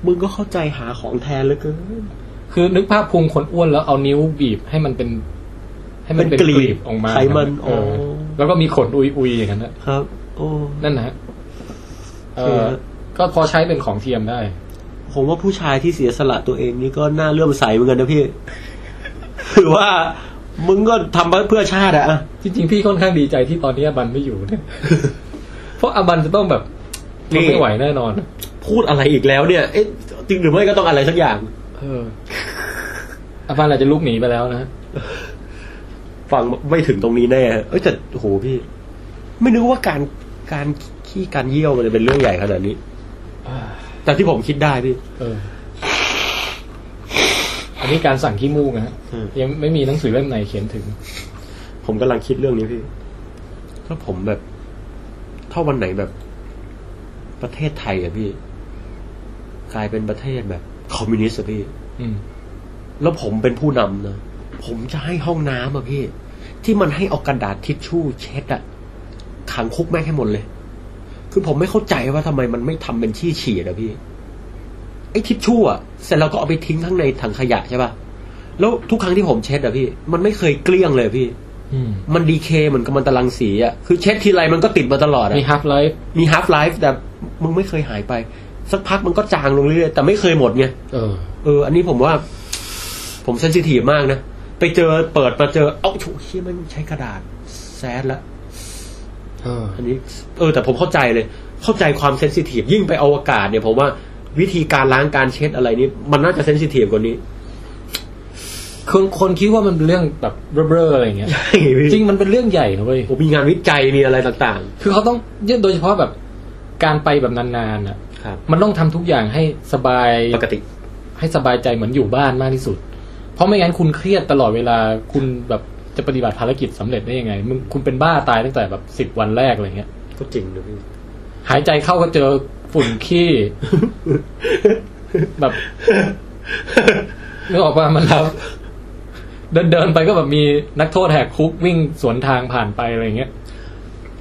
S2: มึงก็เข้าใจหาของแทนเหลือเกิน
S1: คือนึกภาพพุงคนอ้วนแล้วเอานิ้วบีบให้มันเป็น ให้มันเป็น
S2: เป็นก
S1: ก
S2: ลีบ
S1: ลีบออกมา
S2: ไขมัน
S1: เออ
S2: โอ้
S1: แล้วก็มีขนอุยอุยอย่างนั้นนะครับ
S2: โอ้
S1: นั่นนะฮะเอ
S2: คือ อ
S1: ก็พอใช้เป็นของเทียมได้
S2: ผมว่าผู้ชายที่เสียสละตัวเองนี่ก็น่าเลื่อมใสเหมือนกันนะพี่ คือว่า มึงก็ทำเพื่อชาติอะ
S1: จริงๆ พี่ค่อนข้างดีใจที่ตอนนี้อบันไม่อยู่ เนี่ย เพราะอบันจะต้องแบบท
S2: นี่
S1: นไม่ไหวแน่นอน
S2: พูดอะไรอีกแล้วเนี่ย เอ๊ะจริงหรือไม่ก็ต้องอะไรสักอย่าง
S1: เอออบันอาจจะลุกหนีไปแล้วนะฮะ
S2: ฟังไม่ถึงตรงนี้แน่เอ้ยแต่โอ้โหพี่ ไม่นึกว่าการการขี้การเยี่ยวมันจะเป็นเรื่องใหญ่ขนาดนี้
S1: อ่า
S2: แต่ที่ผมคิดได้พี่
S1: เออ อันนี้การสั่งขี้มูกนะฮะ
S2: อืม
S1: ยังไม่มีหนังสือเล่มไหนเขียนถึง
S2: ผมกำลังคิดเรื่องนี้พี่ ถ้าผมแบบ ถ้าวันไหนแบบ ประเทศไทยอะพี่ กลายเป็นประเทศแบบ คอมมิวนิสต์อะพี่
S1: อืม
S2: แล้วผมเป็นผู้นำนะ ผมจะให้ห้องน้ำอะพี่ ที่มันให้เอากระดาษทิชชู่เช็ดอะขังคุกแม่งให้หมดเลย คือผมไม่เข้าใจว่าทำไมมันไม่ทำเป็นที่ฉี่นะพี่ ไอ้ทิชชู่อะเสร็จแล้วก็เอาไปทิ้งข้างในถังขยะใช่ปะแล้วทุกครั้งที่ผมเช็ดอะพี่ มันไม่เคยเกลี้ยงเลยพี่
S1: อืม
S2: มันดีเคเหมือนกับมันตะลังสีอะคือเช็ดทีไรมันก็ติดมาตลอดอะ
S1: มีฮับไลฟ์
S2: มีฮาร์ฟไลฟ์แต่มึงไม่เคยหายไป สักพักมันก็จางลงเรื่อยๆแต่ไม่เคยหมดไง
S1: เออ
S2: เออ อันนี้ผมว่า ผมเซนซิทีฟมากนะ ไปเจอเปิดมาเจอ เอ้าโถ่เชี่ยมันใช้กระดาษ แซดละ
S1: เออ
S2: อันนี้ เออ แต่ผมเข้าใจเลย เข้าใจความเซนซิทีฟยิ่งไปอวกาศเนี่ยผมว่าวิธีการล้างการเช็ดอะไรนี้ มันน่าจะเซนซิทีฟกว่านี้
S1: คนคนคิดว่ามันเป็นเรื่องแบบเบ้อๆอะไรอย่างเงี้ย จริงมันเป็นเรื่องใหญ่นะเว้ย
S2: ผมมีงานวิจัยมีอะไรต่าง
S1: คือเขาต้องโดยเฉพาะแบบการไปแบบนานๆอ่ะ
S2: ๆ ครับ
S1: มันต้องทำทุกอย่างให้สบาย
S2: ปกติ
S1: ให้สบายใจเหมือนอยู่บ้านมากที่สุด เพราะไม่งั้นคุณเครียดตลอดเวลาคุณแบบจะปฏิบัติภารกิจสำเร็จได้ยังไงมึงคุณเป็นบ้าตายตั้งแต่แบบสิบ10 วันแรกอะไรเงี้ย
S2: ก็จริงนะพี่
S1: หายใจเข้าก็เจอฝุ่นขี้ แบบนึกออกป่ะมันรับ เดินเดินๆไปก็แบบมีนักโทษแหกคุกวิ่งสวนทางผ่านไปอะไรเงี้ย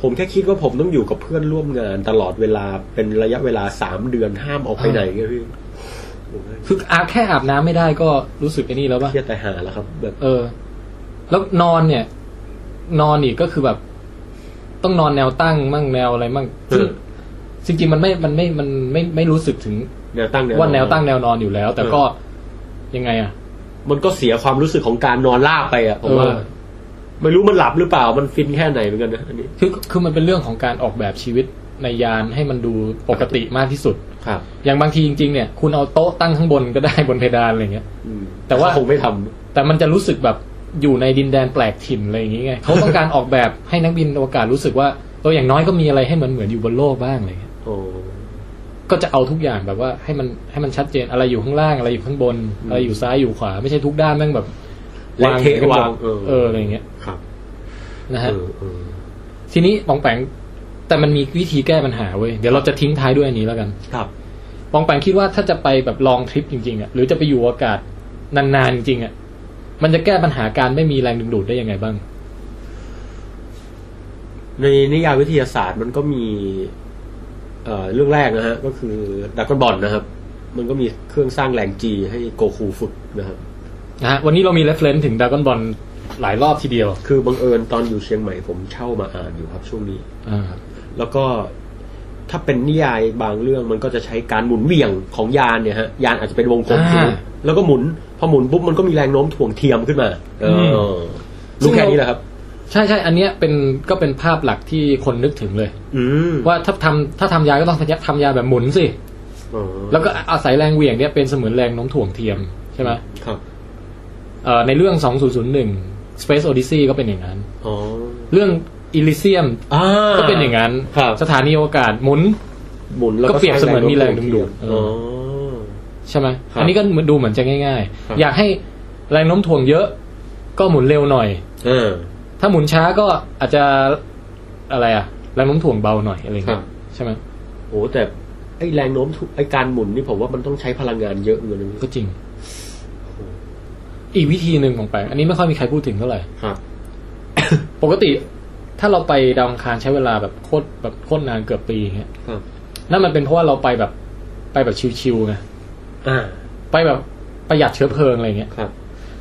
S2: ผมแค่คิดว่าผมต้องอยู่กับเพื่อนร่วมงานตลอดเวลาเป็นระยะเวลาสามเดือนห้ามออกไปไหนไงพี่โอ้ย
S1: คืออาบแค่อาบน้ำไม่ได้ก็รู้สึกไอ้นี่แล้วป่ะ
S2: เครียดแต่หาแล้วครับ แบบ
S1: เออ แล้วนอนเนี่ย นอนอีกก็คือแบบ ต้องนอนแนวตั้งมั่งแนวอะไรมั่งซึ่งจริงๆมันไม่มันไม่มันไม่ไม่รู้สึกถึง
S2: แนวตั้งแนว
S1: ว่าแนว
S2: อ
S1: ตั้งแนวนอนอยู่แล้ว แต่
S2: เออ
S1: ก็ยังไงอ่ะ
S2: มันก็เสียความรู้สึกของการนอนลาบไปอ่ะผมว่า
S1: เออ
S2: ไม่รู้มันหลับหรือเปล่ามันฟินแค่ไหนเหมือนกันนะอันนี้
S1: คือคือมันเป็นเรื่องของการออกแบบชีวิตในยานให้มันดูปกติมากที่สุด
S2: ครับ
S1: อย่างบางทีจริงๆเนี่ยคุณเอาโต๊ะตั้งข้างบนก็ได้ บนเพดานอะไรเงี้ย
S2: อืม
S1: แต่ว่า
S2: คงไม่ทำ
S1: แต่มันจะรู้สึกแบบอยู่ในดินแดนแปลกถิ่นอะไรอย่างเงี้ ยเขาต้องการออกแบบให้นักบินอวกาศรู้สึกว่าตัวอย่างน้อยก็มีอะไรให้มันเหมือนอยู่บนโลกบ้างอะไรเงี้ย
S2: โอ้
S1: ก็จะเอาทุกอย่างแบบว่าให้มันให้มันชัดเจนอะไรอยู่ข้างล่างอะไรอยู่ข้างบน อะไรอยู่ซ้ายอยู่ขวา ไม่ใช่ทุกด้านแม่งแบบ
S2: และเทะ
S1: อยู่ข้
S2: วาง
S1: บนเอออะไรอย่างเงี้ย
S2: ครับ
S1: นะฮะ
S2: เออเออ
S1: ทีนี้ปองแปงแต่มันมีวิธีแก้ปัญหาเว้ยเดี๋ยวเราจะทิ้งท้ายด้วยอันนี้แล้วกัน
S2: ครับ
S1: ปองแปงคิดว่าถ้าจะไปแบบลองทริปจริงๆอ่ะหรือจะไปอยู่อากาศนานๆจริงๆอ่ะมันจะแก้ปัญหาการไม่มีแรงดึงดูดได้ยังไงบ้าง
S2: ในนิยายวิทยาศาสตร์มันก็มี เอ่อเรื่องแรกนะฮะ ก็คือดักกอนบอลนะครับ มันก็มีเครื่องสร้างแรงจีให้โกคูฝึกนะครับ
S1: นะฮะวันนี้เรามีเรฟเลนถึงดากอนบอลหลายรอบทีเดียว
S2: คือบังเอิญตอนอยู่เชียงใหม่ผมเช่ามาอ่านอยู่ครับช่วงนี้
S1: อ่า
S2: แล้วก็ถ้าเป็นนิยายบางเรื่องมันก็จะใช้การหมุนเหวี่ยงของยานเนี่ยฮะยานอาจจะเป็นวงกลมสมมุติแล้วก็หมุน พอหมุนปุ๊บมันก็มีแรงโน้มถ่วงเทียมขึ้นมาเออรู้แค่นี้แหละครับ
S1: ใช่ใช่อันเนี้ยเป็นก็เป็นภาพหลักที่คนนึกถึงเลย
S2: อืม
S1: ว่าถ้าทำถ้าทำยาก็ต้องทำยาแบบหมุนสิ
S2: อ๋อ
S1: แล้วก็อาศัยแรงเหวี่ยงเนี่ยเป็นเสมือนแรงโน้มถ่วงเทียมใช่ไหม
S2: ครับ
S1: เอ่อในเรื่อง 2001 Space Odyssey ก็เป็นอย่างนั้น
S2: อ๋อ
S1: เรื่อง Elysium
S2: อ่า
S1: ก็เป็นอย่างนั้น
S2: ครับ
S1: สถานีอวกาศหมุน
S2: หมุนแล้ว
S1: ก็
S2: ก็
S1: เปรียบเสมือนมีแรงดึงดูด
S2: อ๋อ
S1: ใช่ไหม
S2: ครับ
S1: อันนี้ก็เหมือนดูเหมือนจะง่าย
S2: ครับ
S1: ๆ อยากให้แรงโน้มถ่วงเยอะก็หมุนเร็วหน่อย
S2: เออ
S1: ถ้าหมุนช้าก็อาจจะอะไรอะแรงโน้มถ่วงเบาหน่อยอะไรอย่างเงี้
S2: ครั
S1: ย
S2: บ
S1: ใช่ไหม
S2: โอ้แต่ไอแรงโน้มถ่วงไอการหมุนนี่ผมว่ามันต้องใช้พลังงานเยอะเหมือนกันนะ
S1: ก็จริง อีกวิธีหนึ่งของแปลงอันนี้ไม่ค่อยมีใครพูดถึงเท่าไหร่
S2: ครับ
S1: ปกติถ้าเราไปดาวอังคารใช้เวลาแบบโคตรแบบโคตรนานเกือบปีอย่างเงี้ย
S2: ครับ
S1: นั่นมันเป็นเพราะว่าเราไปแบบไปแบบชิวๆไง
S2: อ่า
S1: ไปแบบประหยัดเชื้อเพลิงอะไรเงี้ย
S2: ครับ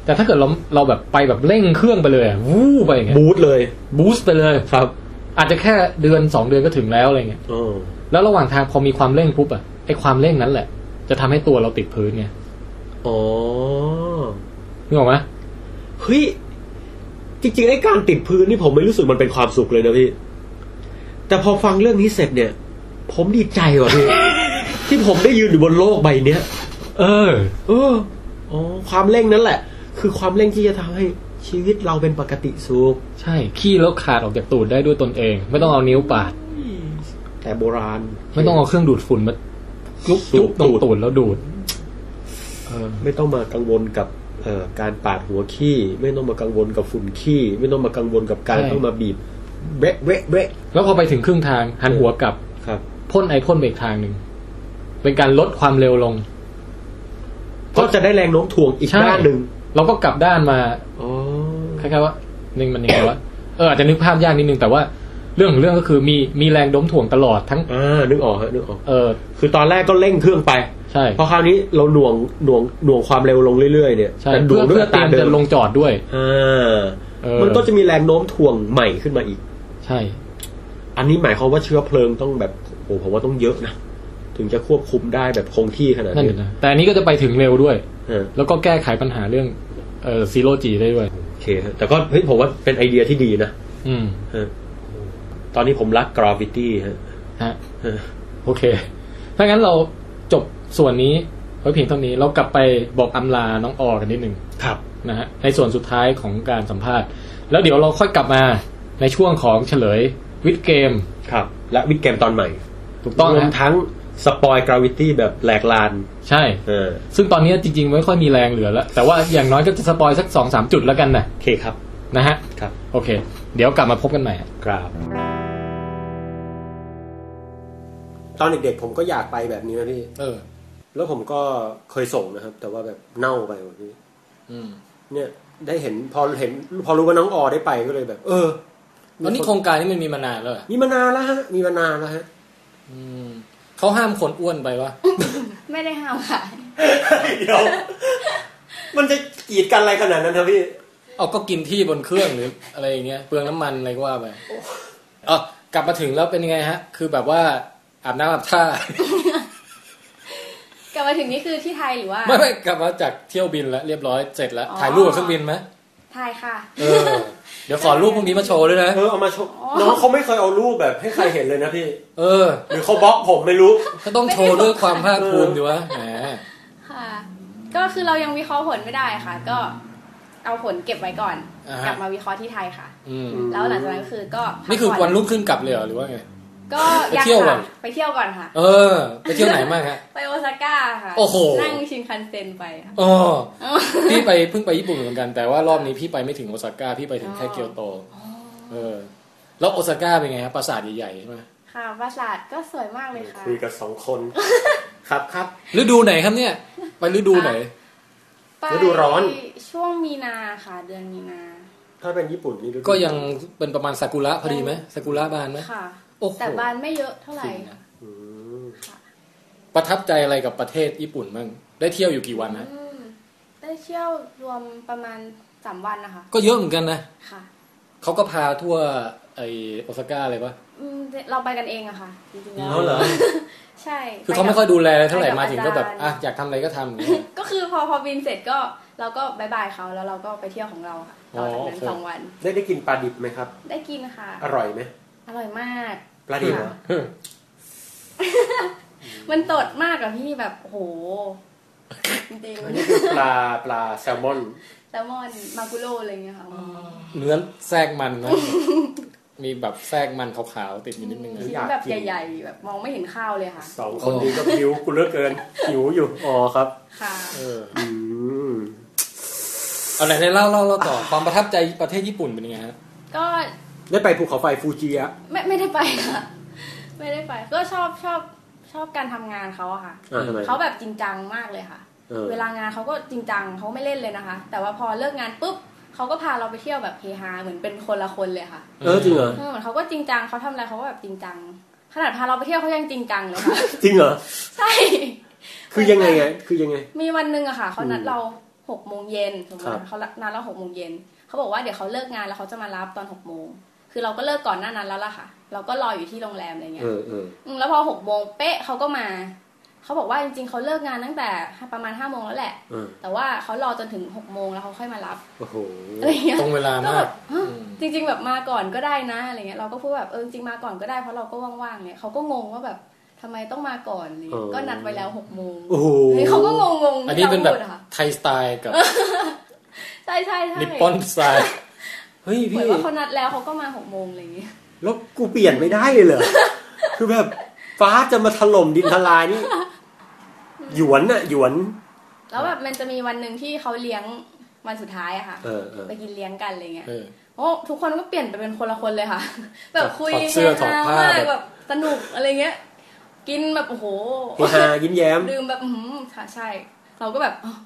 S1: แต่ถ้าเกิดเราเราแบบไปแบบเร่งเครื่องไปเลยอะวู้ไปอย่างเงี้ย
S2: บูทเลย
S1: บูสต์ไปเลย
S2: ครับ
S1: อาจจะแค่เดือนสองเดือนก็ถึงแล้วอะไรเงี้ย
S2: อ๋อ
S1: แล้วระหว่างทางพอมีความเร่งปุ๊บอะไอความเร่งนั้นแหละ จะทำให้ตัวเราติดพื้นไง
S2: อ๋อ
S1: นึกออกไหม
S2: เฮ้ย จริงๆไอ้การติดพื้นนี่ผมไม่รู้สึกมันเป็นความสุขเลยนะพี่ แต่พอฟังเรื่องนี้เสร็จเนี่ย ผมดีใจว่ะ พี่ ที่ผมได้ยืนอยู่บนโลกใบเนี้ย
S1: เออ
S2: เอออ๋อความเร่งนั้นแหละ คือความเร่งที่จะทำให้ชีวิตเราเป็นปกติสุข
S1: ใช่ขี้แล้วขาดออกจากตูดได้ด้วยตนเอง ไม่ต้องเอานิ้วปาด
S2: แต่โบราณ
S1: ไม่ต้องเอาเครื่องดูดฝุ่นมาลุก
S2: สู
S1: จุ
S2: บบ ตู
S1: ต
S2: ด
S1: รงตูดแล้วดูด เออ
S2: ไม่ต้องมากังวลกับเอ่อการปาดหัวขี้ ไม่ต้องมากังวลกับฝุ่นขี้ ไม่ต้องมากังวลกับการ
S1: ใช่
S2: ต้องมาบีบเบ๊ะเบ๊ะเบ๊ะ
S1: แล้วพอไปถึงครึ่งทางหันหัวกลับ
S2: ครับ
S1: พ่นไอพ่นไปอีกทางหนึ่งเป็นการลดความเร็วลง
S2: ก็จะได้แรงโน้มถ่วงอีก
S1: ใช่
S2: ด้านหนึ่ง
S1: เราก็กลับด้านมา
S2: อ๋อ
S1: คล้ายๆว่านึงมันยังไงวะเอออาจจะนึกภาพยากนิดนึงแต่ว่าเรื่องของเรื่องก็คือมีมีแรงโน้มถ่วงตลอดทั้ง
S2: อ่า นึกออกฮะ นึกออก
S1: เออ
S2: คือตอนแรกก็เร่งเครื่องไป
S1: ใช่
S2: พอคราวนี้เราหน่วง หน่วง หน่วงความเร็วลงเรื่อยๆเนี่ย
S1: ใช่
S2: แต่หน่
S1: เพื่อง
S2: วด้วย
S1: เพื่อ
S2: อั
S1: เต
S2: ต
S1: รีม
S2: รายเดิ
S1: จะ
S2: ม
S1: ลงจอดด้วย
S2: อ่า
S1: เออ
S2: มันก็จะมีแรงโน้มถ่วงใหม่ขึ้นมาอีก
S1: ใช่
S2: อันนี้หมายความว่าเชื้อเพลิงต้องแบบ โอ้โหผมว่าต้องเยอะนะ ถึงจะควบคุมได้แบบคงที่ขนาด
S1: นั่น
S2: นี้
S1: อยู่นะแต่อันนี้ก็จะไปถึงเร็วด้วย
S2: เออ
S1: แล้วก็แก้ไขปัญหาเรื่องเออซีโรจีได้ด้วย
S2: โอเคฮะแต่ก็เฮ้ยผมว่าเป็นไอเดียที่ดีนะ
S1: อืม
S2: ฮะตอนนี้ผมรักกราฟิตี้ฮะ
S1: ฮะ
S2: ฮะ
S1: โอเค ถ้างั้นเราจบส่วนนี้ไว้เพียงเท่านี้ เรากลับไปบอกอำลาน้องออกันนิดหนึ่ง
S2: ครับ
S1: นะฮะ ในส่วนสุดท้ายของการสัมภาษณ์ แล้วเดี๋ยวเราค่อยกลับมาในช่วงของเฉลยวิดเกม
S2: ครับ และวิดเกมตอนใหม่
S1: ถูกต้อง
S2: รวม
S1: ฮะ
S2: ทั้ง
S3: สปอยกราวิตี้แบบแหลกลาน
S1: ใช่
S3: เออ
S1: ซึ่งตอนนี้จริง ๆ ไม่ค่อยมีแรงเหลือแล้ว แต่ว่าอย่างน้อยก็จะสปอยสักสองสามจุดแล้วกันนะ
S3: โอเคครับ
S1: นะฮะ
S3: ครับ
S1: โอเค เดี๋ยวกลับมาพบกันใหม่
S3: กราบ
S2: ตอนเด็กๆผมก็อยากไปแบบนี้นะพี่
S1: เออ
S2: แล้วผมก็เคยส่งนะครับ แต่ว่าแบบเน่าไปว่ะพี่
S1: อืม
S2: เนี่ยได้เห็นพอเห็น พอรู้ว่าน้องออได้ไปก็เลยแบบ เออ
S1: แล้วนี่โครงการนี้มันมีมานานแล้วเหรอ
S2: มีมานานแล้วฮะ มีมานานแล้วฮะ
S1: อืมเขาห้ามคนอ้วนไปวะ
S4: ไม่ได้ห้ามค่ะ
S2: เดี๋ยว มันจะกีดกันอะไรขนาดนั้นครับพี่
S1: เอาก็กินที่บนเครื่องหรืออะไรอย่างเงี้ยเปลืองน้ำมันอะไรก็ว่าไปเออกลับมาถึงแล้วเป็นยังไงฮะ คือแบบว่าอาบน้ำอาบ ท่า
S4: กลับมาถึงนี่คือที่ไทยหรือว่า
S1: ไม่ไม่กลับมาจากเที่ยวบินแล้วเรียบร้อยเสร็จแล้ว
S4: อ๋อ
S1: ถ่ายรูปกับเครื่องบินไหม
S4: ไทยค่ะ
S1: เออ เดี๋ยวขอรูปพวกนี้มาโชว์ด้วยนะ
S2: เออเอามาโชว์
S4: อ๋อ
S2: น้องเขาไม่เคยเอารูปแบบให้ใครเห็นเลยนะพี่
S1: เออ
S2: หรือเขาบล็อกผมไม่รู้
S1: ก็ต้องโชว์ด้วยความภาคภูมิดีวะแหม
S4: ค่ะ ก็คือเรายังวิเคราะห์ผลไม่ได้ค่ะ ก็เอาผลเก็บไว้ก่อน
S1: อ่าก
S4: ลั
S1: ฮะ
S4: บมาวิเคราะห์ที่ไทยค่ะ
S1: อืม
S4: แล้วหลังจากนั้นคือก็พัก
S1: นี่คือ
S4: ผ่
S1: วันรุ่งขึ้นกลับเลยเหรอหรือว่าไง
S4: ก็
S1: ไป
S4: ยัง
S1: เที่ยวก่อ
S4: ค่ะ
S1: น
S4: ไปเที่ยวก่อนค่ะ
S1: เออ ไปเที่ยวไหนมากฮะ
S4: ไปโอซาก้าค่ะ
S1: โอ้โห
S4: นั่งชินคันเซ็นไปค่ะ
S1: อ๋อพี่ไปเพิ่งไปญี่ปุ่นเหมือนกันแต่ว่ารอบนี้พี่ไปไม่ถึงโอซาก้าพี่ไปถึงแค่เกียวโต เออ แล้วโอซาก้าเป็นไงฮะปราสาทใหญ่ๆใช่ไหม
S4: ค่ะปราสาทก็สวยมากเลยค่ะ
S2: คุยกับสองคน ครับครับ
S1: ฤดูไหนครับเนี่ย ไปฤดูไหน
S4: ไป
S2: ฤดูร้อน
S4: ช่วงมีนาค่ะ เดือนมีนา
S2: ถ้าเป็นญี่ปุ่นนี่ฤดู
S1: ก็ยังเป็นประมาณซากุระพอดีไหมซากุระบานไหม
S4: ค่ะ
S1: โอ้โห
S4: แต่บานไม่เยอะเท่าไหร่
S1: จริงนะ
S2: อืม
S1: ประทับใจอะไรกับประเทศญี่ปุ่นบ้างได้เที่ยวอยู่กี่วันนะ
S4: อืมได้เที่ยวรวมประมาณสามวันนะคะ
S1: ก็เยอะเหมือนกันนะ
S4: ค่ะ
S1: เขาก็พาทั่วไอโอซาก้าเลยปะ
S4: อืมเราไปกันเองอะค่ะจริงๆแล้ว
S2: เอาเหรอ
S4: ใช่
S1: คือเขาไม่ค่อยดูแลเลยเท่าไหร่
S4: ปบ
S1: มาถึงก็แบบ
S4: อจรย์
S1: อ่ะอยากทำอะไรก็ทำอย่างเงี้ ย
S4: ก็คือพอพอบินเสร็จก็เราก็บายบายเขาแล้วเราก็ไปเที่ยวของเราค่ะ
S1: อ๋
S4: ต่
S1: อ
S4: อ
S1: โอ
S4: จากนั้น
S1: เค
S4: สองวัน
S2: ได้ได้กินปลาดิบไหมครับ
S4: ได้กินค่ะ
S2: อร่อยไหม
S4: อร่อยมาก
S2: ปลาดิบเหรอ
S4: มันสดมากอะพี่แบบโอ้โหจริง
S2: อันนี้คือปลาปลาแซลมอน
S4: ๆแซลมอนมากุโรอะไรเงี้ยค่ะ
S1: เนื้อแทรกมันนะ มีแบบแทรกมันขาวๆติดอยู่นิดนึงนะ
S2: ม
S4: ชิ้นแบบใหญ่ๆแบบมองไม่เห็นข้าวเลยค่ะ
S2: สองคนนี้ก็หิวกูเหลือก เกินหิวอยู่อ๋อครับ
S4: ค่ะ
S1: เออ
S2: อืม
S1: เอาไหนในเล่าเล่าเล่าต่อ ความประทับใจประเทศญี่ปุ่นเป็นยังไงฮะ
S4: ก็
S2: ได้ไปภูเขาไฟฟูจิอะ
S4: ไม่ไม่ได้ไปค่ะ ไม่ได้ไป ก็ชอบชอบชอบการทำงานเขาอะค่ะ
S2: อ่ะทำไม
S4: เขาแบบจริงจังมากเลยค่ะ
S2: ออ
S4: เวลางานเขาก็จริงจังเขาไม่เล่นเลยนะคะ แต่ว่าพอเลิกงานปุ๊บเขาก็พาเราไปเที่ยวแบบเฮฮาเหมือนเป็นคนละคนเลยค่ะ
S2: เออจริงเหรอ
S4: เออเหมือนเขาก็จริงจังเขาทำอะไรเขาก็แบบจริงจัง ขนาดพาเราไปเที่ยวเขายังจริงจังเลยค่ะ
S2: จริงเหรอ
S4: ใช่
S2: คือยังไงไงคือยังไง
S4: มีวันหนึ่งอะค่ะเขานัด
S2: อืม
S4: เราหกโมงเย็นสมมติ
S2: ครับ
S4: นะเขานัดเราหกโมงเย็นเขาบอกว่าเดี๋ยวเขาเลิกงานแล้วเขาจะมารับตอนหกโมงคือเราก็เลิกก่อนหน้านั้นแล้วล่ะค่ะ เราก็รออยู่ที่โรงแรมอะไรเงี้ย
S2: เออเออ
S4: อืมแล้วพอหกโมงเป๊ะเขาก็มา เขาบอกว่าจริงๆเขาเลิกงานตั้งแต่ประมาณห้าโมงแล้วแหละ
S2: เออ
S4: แต่ว่าเขารอจนถึงหกโมงแล้วเขาค่อยมารับ
S2: โอ้โห
S4: อะไรเงี้ย
S1: ตรงเวลา
S4: ก็
S1: มา
S4: แบ
S1: ก
S4: บฮะจริง ๆ แบบมาก่อนก็ได้นะอะไรเงี้ยเราก็พูดแบบเออจริงๆมาก่อนก็ได้เพราะเราก็ว่างๆเนี่ยเขาก็งงว่าแบบทำไมต้องมาก่อนอะไร
S2: เอ
S4: เงี้ย
S2: อ
S4: ก็นัดไว้แล้วหกโมง
S2: โอ้โห
S4: เฮ้ยเขาก็งงงๆ
S1: อัน
S4: ที่
S1: นี้
S4: เรา
S1: เป็นแบบ
S4: พูดอะค่ะ
S1: ไทยสไตล์กับ
S4: ใช่ใช่ใช่
S1: นิปปอนสไตล์ เฮ้ย
S4: เหมื
S1: พี่
S4: อนว่าเขานัดแล้วเขาก็มาหกโมงอะไรเงี้ย
S2: แล้วกูเปลี่ยนไม่ได้เลยเหรอ คือแบบฟ้าจะมาถล่มดินทลายนี่ หยวนอะหยวน
S4: แล้วแบบมันจะมีวันหนึ่งที่เขาเลี้ยงวันสุดท้ายอะค่ะ
S2: เออเออ
S4: ไปกินเลี้ยงกันอะไรเงี้ย
S1: เออ
S4: โอ้ทุกคนก็เปลี่ยนไปเป็นคนละคนเลยค่ะ แบบคุย
S1: ถอดเสื้อถอดผ้า
S4: ฮมกแบบสนุกอะไรเงี้ย กินแบบโอ้โห
S2: เฮฮายิ้มแย้ม
S4: ดื่มแบบอืมค่ะใช่ เราก็แบบอ้าว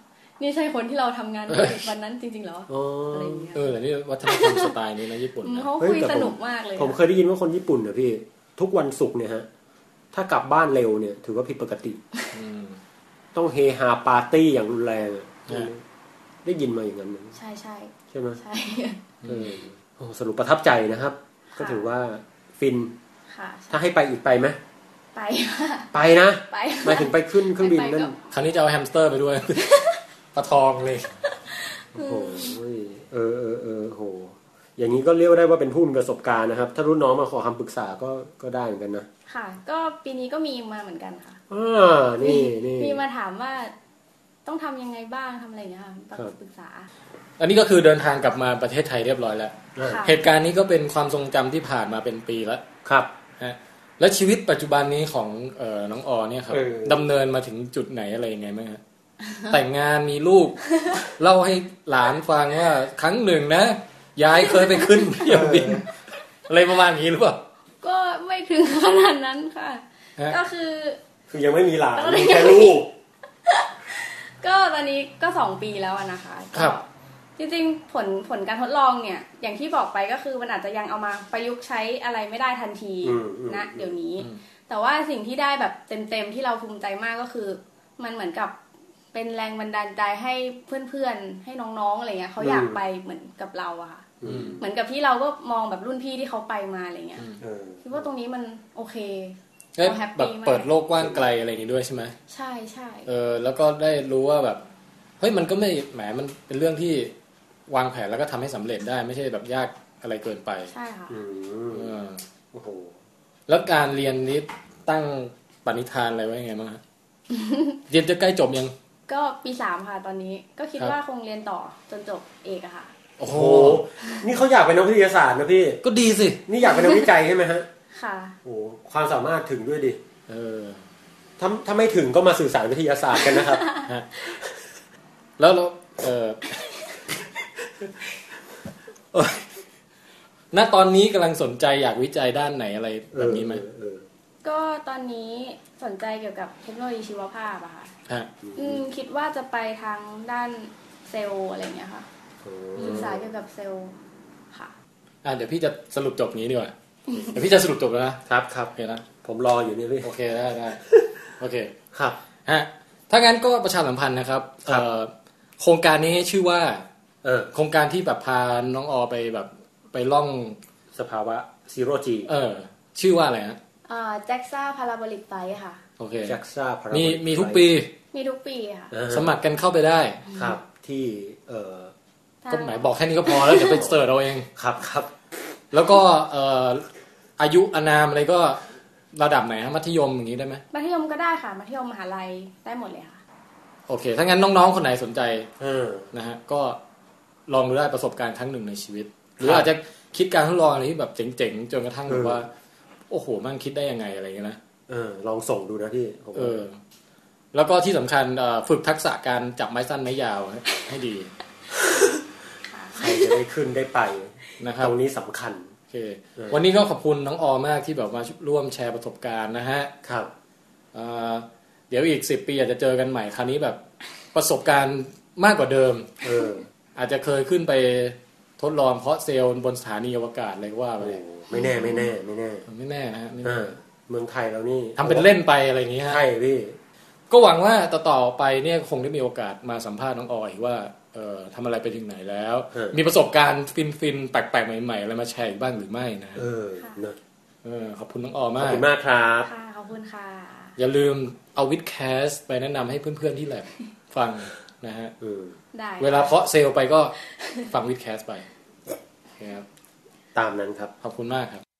S4: นี่ใช่คนที่เราทำงาน ด้วยวันนั้นจริงๆเหรอ
S2: อ๋ออ
S4: อะไรเงี้ย
S1: เออแต่นี่วัฒนธรรมสไตล์นี้นะญี่ปุ่น
S4: อืม
S1: นะ
S4: เขา
S2: เฮ้ย
S4: คุย
S2: แต่ผม
S4: สนุกมากเลย
S2: ผมเค
S4: อะ
S2: ยได้ยินว่าคนญี่ปุ่นเนี่ยพี่ ทุกวันศุกร์เนี่ยฮะ ถ้ากลับบ้านเร็วเนี่ย ถือว่าผิดปกติ
S1: อืม
S2: ต้องเฮฮาปาร์ตี้อย่างรุนแรงอะ
S1: ใช่
S2: ได้ยินมาอย่างนั้นมั้ย
S4: ใช่ใช่
S2: ใช่ไหม
S4: ใช่
S2: เออโอ้สรุปประทับใจนะครับ ก็ถือว่าฟิน
S4: ค่ะใช่
S2: ถ้าให้ไปอีกไปไหม
S4: ไป
S2: ไปนะ
S4: ไป
S2: หมายถึงไปขึ้นเครื่องบินนั่น
S1: คราวนี้จะเอาแฮมสเตอร์ไปด้วย ปลาทองเลย
S2: โอ้โหเออเออเออโห อย่างนี้ก็เรียกได้ว่าเป็นผู้มีประสบการณ์นะครับ ถ้ารุ่นน้องมาขอคำปรึกษาก็ก็ได้เหมือนกันนะ
S4: ค่ะ ก็ปีนี้ก็มีมาเหมือนกันค่ะ
S2: อ่านี่นี่
S4: มีมาถามว่าต้องทำยังไงบ้างทำอะไรอย่างเงี้ยค่ะ
S2: ครับ
S4: ปรึกษา
S1: อันนี้ก็คือเดินทางกลับมาประเทศไทยเรียบร้อยแล้ว
S2: อ่า
S4: ค่ะ
S1: เหตุการณ์นี้ก็เป็นความทรงจำที่ผ่านมาเป็นปีแล้ว
S2: ครับ
S1: ฮะ และชีวิตปัจจุบันนี้ของเอ่อน้องออเนี่ยครับ
S5: เออ
S1: ดำเนินมาถึงจุดไหนอะไรยังไงไหมฮะ แต่งงานมีลูก เล่าให้หลานฟังว่าครั้งหนึ่งนะยายเคยไปขึ้นเที่ยวบินอะไรประมาณนี้หรือเปล่า
S4: ก็ไม่ถึงขนาดนั้นค่ะ
S1: ฮะ
S4: ก็คือ
S5: คือยังไม่มีหลานมีแค่ลูก
S4: ก็ตอนนี้ก็สองปีแล้วอะนะคะ
S1: ครับ
S4: จริงๆผลผลการทดลองเนี่ย อย่างที่บอกไปก็คือมันอาจจะยังเอามาประยุกต์ใช้อะไรไม่ได้ทันที
S5: อืมอืม
S4: นะเดี๋ยวนี้
S1: อืม
S4: แต่ว่าสิ่งที่ได้แบบเต็มๆที่เราภูมิใจมากก็คือ มันเหมือนกับเป็นแรงบันดาลใจให้เพื่อนๆ ให้น้องๆอะไรเงี้ยเขาอยากไปเหมือนกับเราอะค่ะ
S1: อืม
S4: เหมือนกับที่เราก็มองแบบรุ่นพี่ที่เขาไปมาอะไรเงี้ย
S5: เออ
S4: คิดว่าตรงนี้มันโอเค
S1: ได้
S4: แฮปปี้
S1: แบบ
S4: มาก
S1: เปิดโลกกว้างไกลอะไรอย่างนี้ด้วยใช่ไหม
S4: ใช่ใช่
S1: เออแล้วก็ได้รู้ว่าแบบเฮ้ยมันก็ไม่แหมมันเป็นเรื่องที่วางแผนแล้วก็ทำให้สำเร็จได้ไม่ใช่แบบยากอะไรเกินไป
S4: ใช่ค่ะ
S5: อืม
S1: เออ
S5: โอ้โห
S1: แล้วการเรียนนี้ตั้งปณิธานอะไรไว้ยังไงบ้ างฮะ เรียนจะใกล้จบยัง
S4: ก็ปีสามค่ะตอนนี้ก็คิด
S1: ครับ
S4: ว่าคงเรียนต่อจนจบเอกอะค่ะ
S1: โอ้
S5: โอ้
S1: โห
S5: โห นี่เขาอยากเป็นนักวิทยาศาสตร์นะพี่
S1: ก็ดีสิ
S5: นี่อยากเป็นนักวิจัยใช่ไหมฮะ
S4: ค่ะ
S5: โอ้โหความสามารถถึงด้วยดิ
S1: เออ
S5: ถ้าถ้าไม่ถึงก็มาสื่อสารวิทยาศาสตร์กันนะครับ
S1: ฮะแล้วเราเออเอ้ยณตอนนี้กำลังสนใจอยากวิจัยด้านไหนอะไรแบบนี้ไหม
S5: เออ
S4: ก็ตอนนี้สนใจเกี่ยวกับเทคโนโลยีชีวภาพอะค่ะ
S1: ฮะ
S4: อืมคิดว่าจะไปทางด้านเซลล์อะไรเงี้ยค่ะ
S5: เออ
S4: ศึกษาเกี่ยวกับเซลล์ค่ะ
S1: อ่ะเดี๋ยวพี่จะสรุปจบนี้ดีกว่า เดี๋ยวพี่จะสรุปจบแล้วนะครับ
S5: ครับ
S1: โอเคนะ
S5: ผมรออยู่เนี่ยพี่
S1: โอเคได้ได้โอเค
S5: ครับ
S1: ฮะถ้างั้นก็ประชาสัมพันธ์นะครับ
S5: ครับ
S1: เอ่อโครงการนี้ชื่อว่า
S5: เออ
S1: โครงการที่แบบพาน้องออไปแบบไปล่อง
S5: สภาวะซีโรจี
S1: เออ ชื่อว่าอะไรฮะ
S4: อ่าแจ็กซ่าพาราโบลิกไฟค่ะ
S1: โอเค
S5: แจ็กซ่าพารา
S1: มีมีทุกปี
S4: มีทุกปีค่ะ
S1: สมัครกันเข้าไปได้
S5: ครับที่เออ
S4: ทาง
S1: ก็หมายบอกแค่นี้ก็พอแล้วเดี๋ยวไปเสิร์ชเอาเอง
S5: ครับครับ
S1: แล้วก็เอ่ออายุอานามอะไรก็ระดับไหนฮะมัธยมอย่างนี้ได้ไหม
S4: มัธยมก็ได้ค่ะมัธยมมหาลัยได้หมดเลยค่ะ
S1: โอเค ถ้างั้นน้องๆ คนไหนสนใจ
S5: เออ
S1: นะฮะก็ลองดูได้ประสบการณ์ครั้งหนึ่งในชีวิต หรือ
S5: ครับ
S1: อาจจะคิดการทดลองอะไรที่แบบเจ๋งๆ จนกระทั่งแบ
S5: เอบอ
S1: ว่า โอ้โหมันคิดได้ยังไงอะไรอย่างเงี้ยนะ
S5: เออ ลองส่งดูนะพี่ผม
S1: เออ แล้วก็ที่สำคัญเอ่อฝึกทักษะการจับไม้สั้นไม้ยาวให้ให้ดี
S5: ใครจะได้ขึ้นได้ไป
S1: นะครับ
S5: ตรงนี้สำคัญ
S1: โอเค
S5: เออ
S1: วันนี้ก็ขอบคุณน้องออมากที่แบบมาร่วมแชร์ประสบการณ์นะฮะ
S5: ครับ
S1: เอ่อเดี๋ยวอีกสิบปีอาจจะเจอกันใหม่คราวนี้แบบประสบการณ์มากกว่าเดิม
S5: เออ
S1: อาจจะเคยขึ้นไปทดลองเพาะเซลล์บนสถานีอวกาศอะไรก็ว่า
S5: โอ้
S1: ไป
S5: โหไม่แน่ไม่แน่ไม่แน่
S1: ไม่แน่นะฮะไม่
S5: เอ
S1: แน่
S5: อเมืองไทยเรานี่
S1: ทำเป็นเล่นไปอะไรอย่างนี้ฮะ
S5: ใช่พี่
S1: ก็หวังว่าต่อๆไปเนี่ยคงได้มีโอกาสมาสัมภาษณ์น้องออยว่าเอ่อทำอะไรไปถึงไหนแล้ว
S5: เออ
S1: มีประสบการณ์ฟินๆแปลกๆใหม่ๆอะไรมาแชร์อีกบ้างหรือไม่นะ
S5: เออเนอะ
S1: เออขอบคุณน้องออ
S5: ขอ
S1: มา
S5: บ
S1: ก
S5: คุณมากครับ
S4: ค่ะ ขอบคุณค่ะ
S1: อย่าลืมเอาวิดแคสไปแนะนำให้เพื่อนๆที่ แลบฟังนะฮะ
S5: เออ
S4: ได้
S1: เวลาเพาะเซลล์ไปก็ฟังวิดแคสไปนะครับ
S5: ตามนั้นครับ
S1: ขอบคุณมากครับ